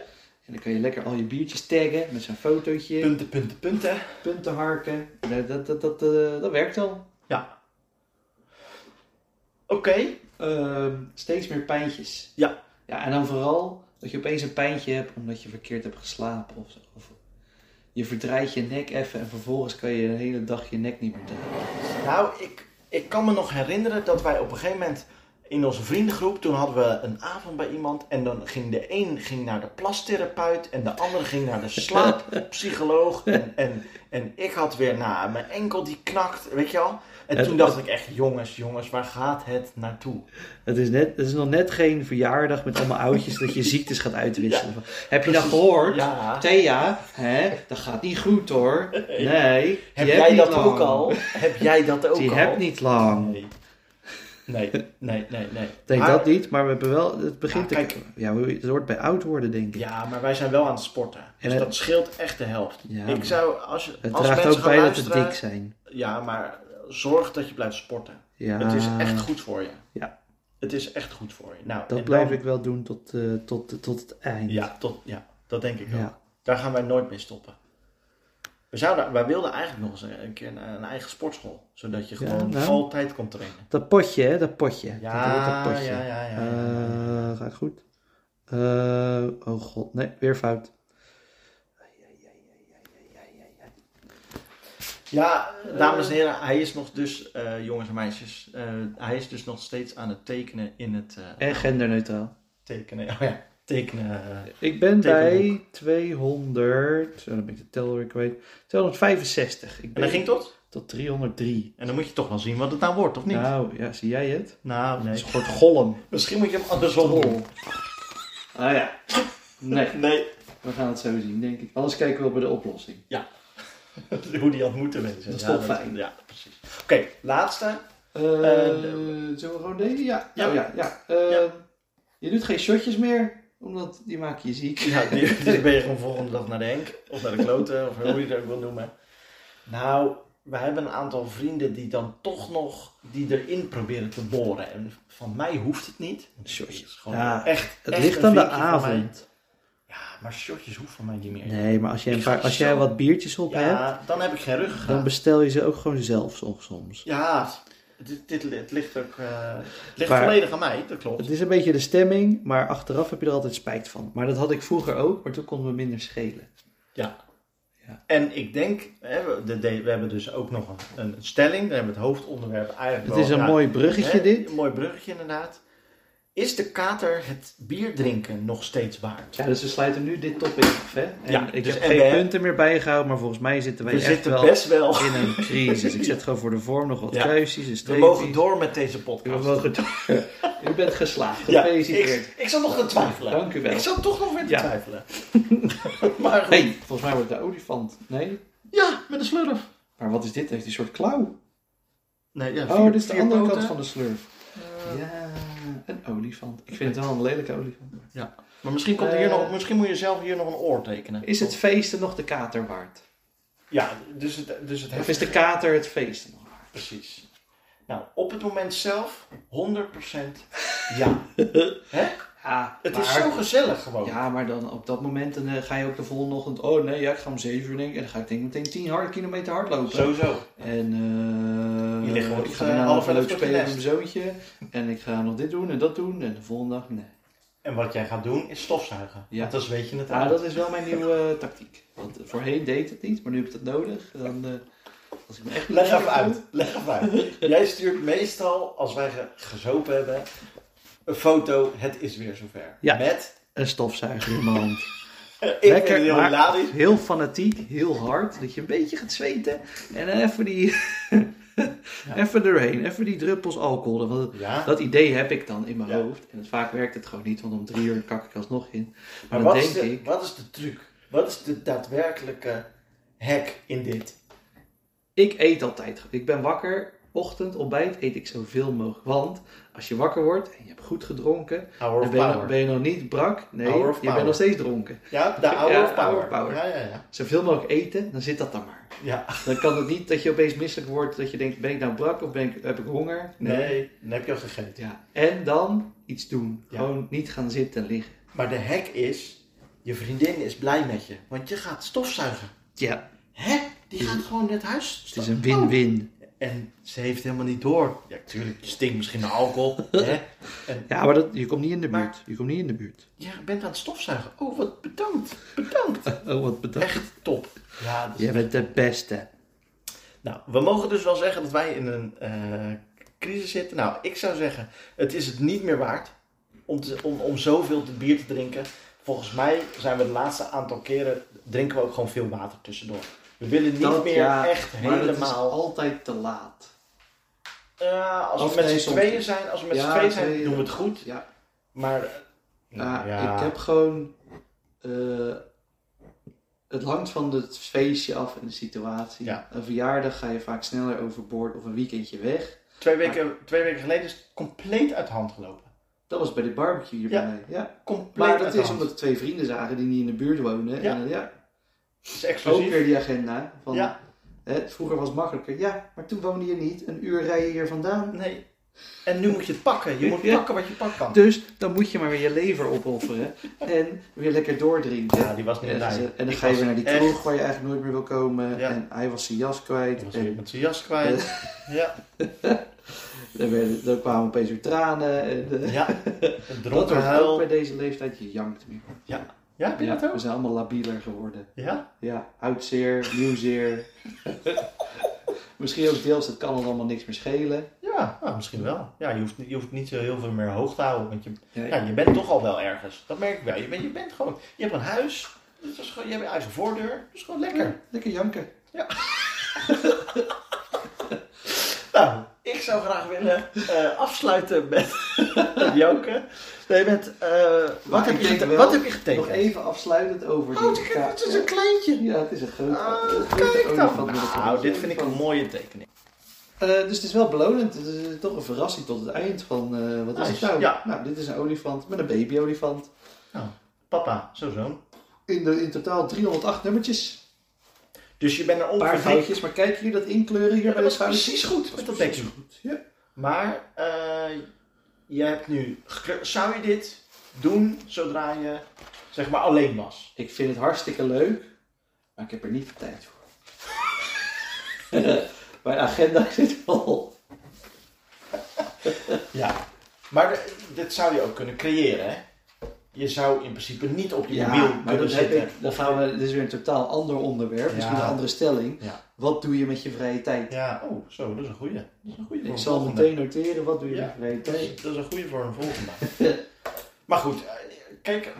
Speaker 2: En dan kan je lekker al je biertjes taggen met zo'n fotootje,
Speaker 3: Punten, punten, punten.
Speaker 2: punten harken. Dat, dat, dat, dat, eh, dat werkt al.
Speaker 3: Oké.
Speaker 2: Ehm, steeds meer pijntjes.
Speaker 3: Ja.
Speaker 2: Ja, en dan vooral dat je opeens een pijntje hebt omdat je verkeerd hebt geslapen of zo. Of je verdraait je nek even en vervolgens kan je een hele dag je nek niet meer draaien.
Speaker 3: Nou, ik, ik kan me nog herinneren dat wij op een gegeven moment in onze vriendengroep, toen hadden we een avond bij iemand en dan ging de een ging naar de plastherapeut en de ander ging naar de slaappsycholoog en, en, en ik had weer, nou, mijn enkel die knakt, weet je wel. En
Speaker 2: Het-
Speaker 3: toen dacht ik echt, jongens, jongens, waar gaat het naartoe?
Speaker 2: Het is, net, het is nog net geen verjaardag met allemaal oudjes dat je ziektes gaat uitwisselen. heb je dat
Speaker 3: Precies.
Speaker 2: gehoord?
Speaker 3: Ja.
Speaker 2: Thea, hè, dat gaat niet goed hoor. Nee.
Speaker 3: Heb
Speaker 2: die
Speaker 3: jij
Speaker 2: niet
Speaker 3: dat
Speaker 2: lang.
Speaker 3: ook al? Heb jij dat ook
Speaker 2: Die
Speaker 3: al?
Speaker 2: hebt niet lang. Ik
Speaker 3: Nee. Nee, nee, nee, nee.
Speaker 2: denk
Speaker 3: Maar-
Speaker 2: dat niet, maar we hebben wel, het begint
Speaker 3: Ja,
Speaker 2: te- Ja, het hoort bij oud worden denk ik.
Speaker 3: Ja, maar wij zijn wel aan het sporten. Dus
Speaker 2: En het-
Speaker 3: dat scheelt echt de helft.
Speaker 2: Ja,
Speaker 3: ik
Speaker 2: maar-
Speaker 3: zou, als, je-
Speaker 2: Het
Speaker 3: als
Speaker 2: draagt
Speaker 3: mensen
Speaker 2: ook
Speaker 3: gaan
Speaker 2: bij dat we
Speaker 3: luisteren,
Speaker 2: dik zijn.
Speaker 3: Ja, maar zorg dat je blijft sporten.
Speaker 2: Ja,
Speaker 3: Het is echt goed voor je.
Speaker 2: Ah. Ja.
Speaker 3: Het is echt goed voor je. Nou, en
Speaker 2: dat
Speaker 3: dan-
Speaker 2: blijf ik wel doen tot, eh, tot, tot het eind.
Speaker 3: Ja, tot, ja, dat denk ik ook.
Speaker 2: Ja.
Speaker 3: Daar gaan wij nooit mee stoppen. We zouden, wij wilden eigenlijk nog eens een een keer een, een eigen sportschool. Zodat je
Speaker 2: Ja,
Speaker 3: gewoon
Speaker 2: nou.
Speaker 3: altijd kon trainen.
Speaker 2: Dat potje hè, dat potje. dat wordt
Speaker 3: Ja,
Speaker 2: dat
Speaker 3: ja,
Speaker 2: potje.
Speaker 3: ja, ja. ja.
Speaker 2: Eh, gaat goed. Eh, oh god, nee, weer fout.
Speaker 3: Ja,
Speaker 2: Eh,
Speaker 3: dames en heren, hij is nog dus, eh, jongens en meisjes, eh, hij is dus nog steeds aan het tekenen in het... eh,
Speaker 2: En genderneutraal.
Speaker 3: tekenen, oh ja, tekenen. eh,
Speaker 2: Ik ben
Speaker 3: Tekenboek.
Speaker 2: bij 200. Zo, dan ben ik de tel weer kwijt. 265. Ik
Speaker 3: En
Speaker 2: ben
Speaker 3: dan ging tot?
Speaker 2: tot 303.
Speaker 3: En dan moet je toch wel zien wat het nou wordt, of niet?
Speaker 2: Nou, ja, zie jij het?
Speaker 3: Nou,
Speaker 2: Het
Speaker 3: nee.
Speaker 2: is een soort golem.
Speaker 3: Misschien moet je hem andersom doen.
Speaker 2: Ah ja. Nee,
Speaker 3: Nee.
Speaker 2: we gaan het zo zien, denk ik. Anders kijken we wel bij de oplossing.
Speaker 3: Hoe die had moeten wezen.
Speaker 2: Dat is
Speaker 3: Ja,
Speaker 2: toch fijn.
Speaker 3: Ja, precies. Oké, laatste.
Speaker 2: Eh,
Speaker 3: de-
Speaker 2: zullen we gewoon denken? Ja,
Speaker 3: Ja.
Speaker 2: ja, ja. ja. Eh,
Speaker 3: Ja.
Speaker 2: Je doet geen shotjes meer, omdat die maken je ziek.
Speaker 3: Ja, die, die ben je gewoon volgende dag naar de Henk. Of naar de kloten, of hoe je het ook wil noemen. Nou, we hebben een aantal vrienden die dan toch nog die erin proberen te boren. En van mij hoeft het niet.
Speaker 1: Shotjes.
Speaker 3: Het is gewoon
Speaker 2: Ja,
Speaker 3: echt,
Speaker 1: Het
Speaker 3: echt
Speaker 1: ligt
Speaker 3: een
Speaker 1: aan de
Speaker 3: vinkje van mij.
Speaker 1: avond.
Speaker 3: Ja, maar shotjes hoeft van mij niet meer.
Speaker 1: Nee, maar als jij, een
Speaker 3: Ik ga
Speaker 1: paar, als
Speaker 3: zo-
Speaker 1: jij wat biertjes op hebt,
Speaker 3: Ja, dan heb ik geen rug
Speaker 1: dan
Speaker 3: gehad.
Speaker 1: bestel je ze ook gewoon zelf soms- soms.
Speaker 3: Ja, dit, dit, het ligt ook eh, het ligt
Speaker 1: Maar-
Speaker 3: volledig aan mij, dat klopt.
Speaker 1: Het is een beetje de stemming, maar achteraf heb je er altijd spijt van. Maar dat had ik vroeger ook, maar toen kon het me minder schelen.
Speaker 3: En ik denk, hè, we, de- de- we hebben dus ook nog een, een stelling. Daar hebben we het hoofdonderwerp eigenlijk
Speaker 1: Het
Speaker 3: wel-
Speaker 1: is een
Speaker 3: ja,
Speaker 1: mooi bruggetje
Speaker 3: hè,
Speaker 1: dit.
Speaker 3: Een mooi bruggetje inderdaad. Is de kater het bier drinken nog steeds waard?
Speaker 2: Ja, dus we sluiten nu dit topic af, hè? En
Speaker 3: Ja,
Speaker 1: Ik
Speaker 3: dus
Speaker 1: heb
Speaker 3: en
Speaker 1: geen
Speaker 3: we-
Speaker 1: punten meer bijgehouden, maar volgens mij zitten wij
Speaker 3: we
Speaker 1: echt
Speaker 3: zitten
Speaker 1: wel
Speaker 3: best wel.
Speaker 1: in een crisis. Ik zet gewoon voor de vorm nog wat
Speaker 3: Ja.
Speaker 1: kruisjes, een
Speaker 3: We
Speaker 1: streepje.
Speaker 3: mogen door met deze
Speaker 2: We
Speaker 3: podcast.
Speaker 2: mogen door. U bent geslaagd.
Speaker 3: Ja,
Speaker 2: Gefeliciteerd.
Speaker 3: ik, ik zat nog te twijfelen.
Speaker 2: Dank u wel.
Speaker 3: Ik zat toch nog weer te
Speaker 2: Ja.
Speaker 3: twijfelen. maar goed.
Speaker 2: Nee, volgens mij wordt de olifant. Nee.
Speaker 3: Ja, met een slurf.
Speaker 2: Maar wat is dit? Heeft die soort klauw?
Speaker 3: Nee, ja,
Speaker 2: Oh,
Speaker 3: vier-
Speaker 2: dit is de
Speaker 3: vier
Speaker 2: andere
Speaker 3: poten.
Speaker 2: kant van de slurf.
Speaker 3: Eh,
Speaker 2: Ja, een olifant. Ik vind het wel een lelijke olifant.
Speaker 3: Maar misschien, komt er hier
Speaker 2: Eh.
Speaker 3: nog, misschien moet je zelf hier nog een oor tekenen.
Speaker 2: Is het feesten nog de kater waard?
Speaker 3: Ja, dus het, dus het
Speaker 2: Of is de kater het feesten nog waard?
Speaker 3: Precies. Nou, op het moment zelf 100% ja. Hè?
Speaker 2: Ja,
Speaker 3: Het is
Speaker 2: maar-
Speaker 3: zo gezellig gewoon.
Speaker 2: Ja, maar dan op dat moment dan, eh, ga je ook de volgende ochtend... Oh nee, ja, ik ga om 7 uur denk ik. En dan ga ik denk ik meteen 10 hard, kilometer hardlopen.
Speaker 3: Sowieso.
Speaker 2: En eh
Speaker 3: Je ligt gewoon
Speaker 2: ik
Speaker 3: tot,
Speaker 2: ga
Speaker 3: eh,
Speaker 2: daarna
Speaker 3: half
Speaker 2: nog
Speaker 3: elf
Speaker 2: leuk
Speaker 3: tot je
Speaker 2: spelen met
Speaker 3: nest.
Speaker 2: mijn zoontje. En ik ga nog dit doen en dat doen. En de volgende dag, nee.
Speaker 3: En wat jij gaat doen is stofzuigen.
Speaker 2: Ja.
Speaker 3: Want dat is weet je het
Speaker 2: Ja,
Speaker 3: al.
Speaker 2: Ah, dat is wel mijn nieuwe eh, tactiek. Want voorheen deed het niet, maar nu heb ik dat nodig. Dan, eh, als ik me echt
Speaker 3: Leg even
Speaker 2: lekker
Speaker 3: uit. Leg even uit. jij stuurt meestal, als wij ge- gezopen hebben, een foto. Het is weer zover.
Speaker 1: Ja.
Speaker 3: Met.
Speaker 1: Een stofzuiger in mijn hand.
Speaker 3: eh, Ik
Speaker 1: Lekker,
Speaker 3: vind het heel
Speaker 1: maar-
Speaker 3: hilarisch.
Speaker 1: Heel fanatiek, heel hard, dat je een beetje gaat zweten. En dan even die... even doorheen, even die druppels alcohol. er- Want
Speaker 3: Ja.
Speaker 2: Dat idee heb ik dan in mijn
Speaker 3: Ja.
Speaker 2: hoofd. En vaak werkt het gewoon niet, want om drie uur kak ik alsnog in. Maar,
Speaker 3: Maar wat
Speaker 2: dan
Speaker 3: is,
Speaker 2: denk
Speaker 3: de,
Speaker 2: ik,
Speaker 3: wat is de truc? Wat is de daadwerkelijke hack in dit?
Speaker 2: ik eet altijd. Ik ben wakker, ochtend, ontbijt, eet ik zoveel mogelijk. Want als je wakker wordt en je hebt goed gedronken,
Speaker 3: Hour
Speaker 2: dan
Speaker 3: of
Speaker 2: ben je, nog-
Speaker 3: power.
Speaker 2: ben je nog niet brak. Nee,
Speaker 3: Hour
Speaker 2: je
Speaker 3: of power.
Speaker 2: bent nog steeds dronken.
Speaker 3: Ja, de hour
Speaker 2: Ja,
Speaker 3: of power.
Speaker 2: hour of power.
Speaker 3: Ja, ja, ja.
Speaker 2: Zoveel mogelijk eten, dan zit dat dan maar.
Speaker 3: ja.
Speaker 2: Dan kan het niet dat je opeens misselijk wordt, dat je denkt, ben ik nou brak of ben ik, heb ik honger?
Speaker 3: Nee. dan heb je al gegeten.
Speaker 2: Ja. En dan iets doen.
Speaker 3: Ja.
Speaker 2: Gewoon niet gaan zitten en liggen.
Speaker 3: Maar de hack is, je vriendin is blij met je, want je gaat stofzuigen.
Speaker 1: ja,
Speaker 3: Hè? Die gaat gewoon net huis.
Speaker 1: het is een win-win.
Speaker 3: En ze heeft helemaal niet door. Ja, tuurlijk, je stinkt misschien naar alcohol. hè?
Speaker 1: Ja, maar dat, je komt niet in de
Speaker 3: Maar-
Speaker 1: buurt. Je komt niet in de buurt.
Speaker 3: Ja, je bent aan het stofzuigen. Oh, wat bedankt. Bedankt.
Speaker 1: Oh, wat bedankt.
Speaker 3: Echt top. Ja, dus-
Speaker 1: Jij bent de beste.
Speaker 3: Nou, we mogen dus wel zeggen dat wij in een eh, crisis zitten. Nou, ik zou zeggen, het is het niet meer waard om, te- om, om zoveel te bier te drinken. Volgens mij zijn we de laatste aantal keren, drinken we ook gewoon veel water tussendoor. We willen niet
Speaker 2: Dat,
Speaker 3: meer
Speaker 2: ja,
Speaker 3: echt
Speaker 2: Maar het is
Speaker 3: helemaal...
Speaker 2: altijd te laat.
Speaker 3: Eh, als we
Speaker 2: Of
Speaker 3: met
Speaker 2: nee,
Speaker 3: z'n
Speaker 2: soms-
Speaker 3: tweeën zijn, als we met z'n
Speaker 2: Ja,
Speaker 3: tweeën zijn,
Speaker 2: tweeën.
Speaker 3: doen we het goed.
Speaker 2: Ja.
Speaker 3: Maar eh,
Speaker 2: Ja,
Speaker 3: nou ja,
Speaker 2: Ik heb gewoon. eh, het hangt van het feestje af en de situatie.
Speaker 3: Ja.
Speaker 2: Een verjaardag ga je vaak sneller overboord of een weekendje weg.
Speaker 3: twee, weken, twee weken geleden is het compleet uit de hand gelopen.
Speaker 2: Dat was bij de barbecue hier
Speaker 3: Ja.
Speaker 2: bij mij. Ja.
Speaker 3: Compleet
Speaker 2: Maar
Speaker 3: uit
Speaker 2: dat
Speaker 3: de
Speaker 2: is
Speaker 3: hand.
Speaker 2: omdat we twee vrienden zagen die niet in de buurt wonen.
Speaker 3: Ja.
Speaker 2: En, eh, ja,
Speaker 3: Het is
Speaker 2: ook
Speaker 3: exclusief.
Speaker 2: weer die agenda. Van,
Speaker 3: Ja,
Speaker 2: hè, vroeger was het makkelijker. Ja, maar toen woonde je niet. Een uur rijden hier vandaan.
Speaker 3: nee. En nu moet je het pakken. Je moet
Speaker 2: Ja.
Speaker 3: pakken wat je pakken kan.
Speaker 2: Dus dan moet je maar weer je lever opofferen. en weer lekker doordrinken.
Speaker 3: Ja, die was niet
Speaker 2: En dan-
Speaker 3: blij.
Speaker 2: en dan
Speaker 3: Ik
Speaker 2: ga je
Speaker 3: was
Speaker 2: weer naar die
Speaker 3: echt-
Speaker 2: kroeg waar je eigenlijk nooit meer wil komen.
Speaker 3: Ja.
Speaker 2: En hij was zijn jas
Speaker 3: Hij was
Speaker 2: kwijt.
Speaker 3: weer
Speaker 2: En
Speaker 3: met zijn jas kwijt. ja.
Speaker 2: dan, werden, dan kwamen opeens weer tranen. En, eh,
Speaker 3: ja. Een
Speaker 2: dat
Speaker 3: dronken
Speaker 2: wordt ook
Speaker 3: huil.
Speaker 2: bij deze leeftijd. Je jankt meer.
Speaker 3: Ja, heb je dat
Speaker 2: Ja, we
Speaker 3: ook?
Speaker 2: zijn allemaal labieler geworden.
Speaker 3: Ja.
Speaker 2: Ja, oudzeer, nieuwzeer. Misschien ook deels, het kan ons allemaal niks meer schelen.
Speaker 3: Ja, nou, misschien wel. Ja, je hoeft, niet- je hoeft niet zo heel veel meer hoog te houden. Want je,
Speaker 2: Ja,
Speaker 3: ja, je bent toch al wel ergens. Dat merk ik wel. Je bent, je bent gewoon... Je hebt een huis. Dus dat is gewoon, je hebt een eigen voordeur. Dus gewoon lekker.
Speaker 2: Lekker janken.
Speaker 3: Nou, ik zou graag willen eh, afsluiten met Joke. Nee, met... eh, wat,
Speaker 2: Maar
Speaker 3: heb
Speaker 2: ik
Speaker 3: je
Speaker 2: denk
Speaker 3: gete-
Speaker 2: wel-
Speaker 3: wat heb je
Speaker 2: Nog
Speaker 3: getekend?
Speaker 2: even afsluitend over
Speaker 3: Oh,
Speaker 2: die
Speaker 3: het
Speaker 2: ka-
Speaker 3: het is een kleintje.
Speaker 2: Ja, Oh, het is een grote.
Speaker 3: Ah,
Speaker 2: een grote
Speaker 3: kijk
Speaker 2: olifant
Speaker 3: dan.
Speaker 2: met een
Speaker 3: Nou, dit vind ik
Speaker 2: olifant.
Speaker 3: een mooie tekening.
Speaker 2: Eh, dus het is wel belonend. Het is eh, toch een verrassing tot het eind van eh, wat is het
Speaker 3: Nice,
Speaker 2: nou?
Speaker 3: ja.
Speaker 2: Nou, dit is een olifant met een baby-olifant.
Speaker 3: Papa, zo zo.
Speaker 2: In, de, in totaal 308 nummertjes.
Speaker 3: Dus je bent er
Speaker 2: Een paar
Speaker 3: ongeveer...
Speaker 2: foutjes, maar kijk jullie dat inkleuren hier bij
Speaker 3: Ja, dat
Speaker 2: de
Speaker 3: was
Speaker 2: schouders?
Speaker 3: precies goed met dat
Speaker 2: precies
Speaker 3: dekje.
Speaker 2: goed. Ja.
Speaker 3: Maar eh, je hebt nu... gekleurd. Zou je dit doen zodra je zeg maar alleen was?
Speaker 2: Ik vind het hartstikke leuk, maar ik heb er niet de tijd voor. Mijn agenda zit vol.
Speaker 3: Ja. Maar de- dit zou je ook kunnen creëren, hè? Je zou in principe niet op die
Speaker 2: Ja,
Speaker 3: mobiel
Speaker 2: maar
Speaker 3: kunnen
Speaker 2: dat heb
Speaker 3: zitten.
Speaker 2: ik. Dan gaan we, dit is weer een totaal ander onderwerp,
Speaker 3: Ja.
Speaker 2: misschien een andere stelling.
Speaker 3: Ja.
Speaker 2: Wat doe je met je vrije tijd?
Speaker 3: Ja, oh, zo, dat is een goeie. Dat is een goeie voor
Speaker 2: Ik
Speaker 3: een
Speaker 2: zal
Speaker 3: volgende.
Speaker 2: meteen noteren, wat doe je
Speaker 3: Ja.
Speaker 2: met je vrije
Speaker 3: Dat
Speaker 2: tijd?
Speaker 3: is, dat is een goede voor een volgende. maar goed, eh, kijk,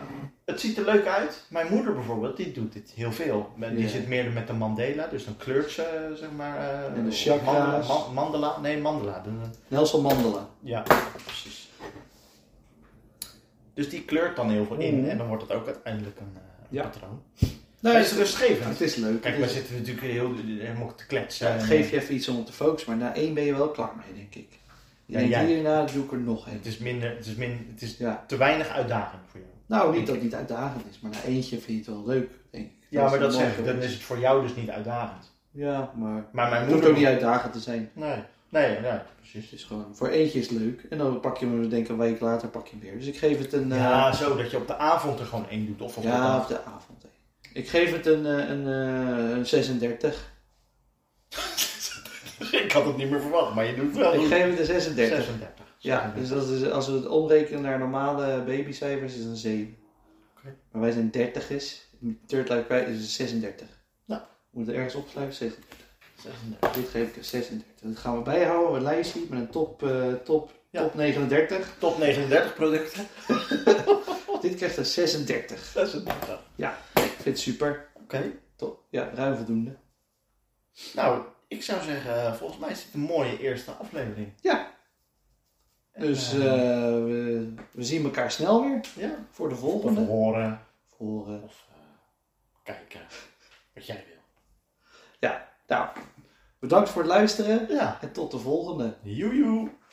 Speaker 3: het ziet er leuk uit. Mijn moeder bijvoorbeeld, die doet dit heel veel. Men- Die
Speaker 2: Ja.
Speaker 3: zit meer met de mandela, dus dan kleurt ze, eh, zeg maar... eh,
Speaker 2: En de
Speaker 3: of
Speaker 2: chakra's.
Speaker 3: Mandala, ma- mandala, nee, mandala. Dan-
Speaker 2: Nelson Mandela.
Speaker 3: Ja, precies. Dus die kleurt dan heel veel in
Speaker 2: Mhm.
Speaker 3: en dan wordt het ook uiteindelijk een, eh, een
Speaker 2: Ja.
Speaker 3: patroon.
Speaker 2: Nee,
Speaker 3: dat is
Speaker 2: het,
Speaker 3: rustgevend.
Speaker 2: het is leuk.
Speaker 3: Kijk,
Speaker 2: Het
Speaker 3: we
Speaker 2: is-
Speaker 3: zitten natuurlijk heel, helemaal te kletsen.
Speaker 2: ja, het geeft je even iets om op te focussen, maar na één ben je wel klaar mee, denk ik. Je
Speaker 3: Ja,
Speaker 2: denkt
Speaker 3: jij-
Speaker 2: hierna doe ik er nog één.
Speaker 3: Het is, minder, het, is min, het is
Speaker 2: Ja.
Speaker 3: te weinig uitdaging voor jou.
Speaker 2: Nou, niet dat het niet uitdagend is, maar na eentje vind je het wel leuk, denk ik.
Speaker 3: Ja, maar
Speaker 2: is
Speaker 3: dat
Speaker 2: mooi
Speaker 3: zeg ik, dan
Speaker 2: geweest.
Speaker 3: is het voor jou dus niet uitdagend.
Speaker 2: Ja, maar
Speaker 3: Maar
Speaker 2: het
Speaker 3: mijn
Speaker 2: hoeft
Speaker 3: moeder...
Speaker 2: ook niet uitdagend te zijn.
Speaker 3: Nee, nee, nee, precies.
Speaker 2: Het is gewoon, voor eentje is het leuk. En dan pak je hem, we denken een week later pak je hem weer. Dus ik geef het een... eh,
Speaker 3: Ja, zo, dat je op de avond er gewoon één doet. Of op de
Speaker 2: ja, op
Speaker 3: dag.
Speaker 2: de avond. hè. Ik geef het een, eh, een, eh, een 36.
Speaker 3: ik had het niet meer verwacht, maar je doet het wel.
Speaker 2: Ik
Speaker 3: goed.
Speaker 2: geef het een 36.
Speaker 3: 36.
Speaker 2: Ja, dus dat is, als we het omrekenen naar normale babycijfers is het een 7.
Speaker 3: Oké.
Speaker 2: Maar wij zijn 30 is. Third Life Crisis is een 36.
Speaker 3: Nou.
Speaker 2: Moet het ergens opsluiten? 36.
Speaker 3: 36.
Speaker 2: Dit geef ik een 36. Dat gaan we bijhouden, een lijstje met een top, eh, top,
Speaker 3: Ja.
Speaker 2: top 39.
Speaker 3: Top 39 producten.
Speaker 2: Dit krijgt een 36.
Speaker 3: 36.
Speaker 2: Ik vind het super.
Speaker 3: Oké.
Speaker 2: Top. Ja, ruim voldoende.
Speaker 3: Nou, ik zou zeggen, eh, volgens mij is dit een mooie eerste aflevering.
Speaker 2: Ja.
Speaker 3: En,
Speaker 2: Dus
Speaker 3: eh,
Speaker 2: eh, we, we zien elkaar snel weer
Speaker 3: ja,
Speaker 2: voor de
Speaker 3: of
Speaker 2: volgende.
Speaker 3: horen
Speaker 2: Voor, eh,
Speaker 3: of eh, kijken wat jij wil.
Speaker 2: nou, bedankt voor het luisteren
Speaker 3: Ja.
Speaker 2: en tot de volgende.
Speaker 3: Joejoe.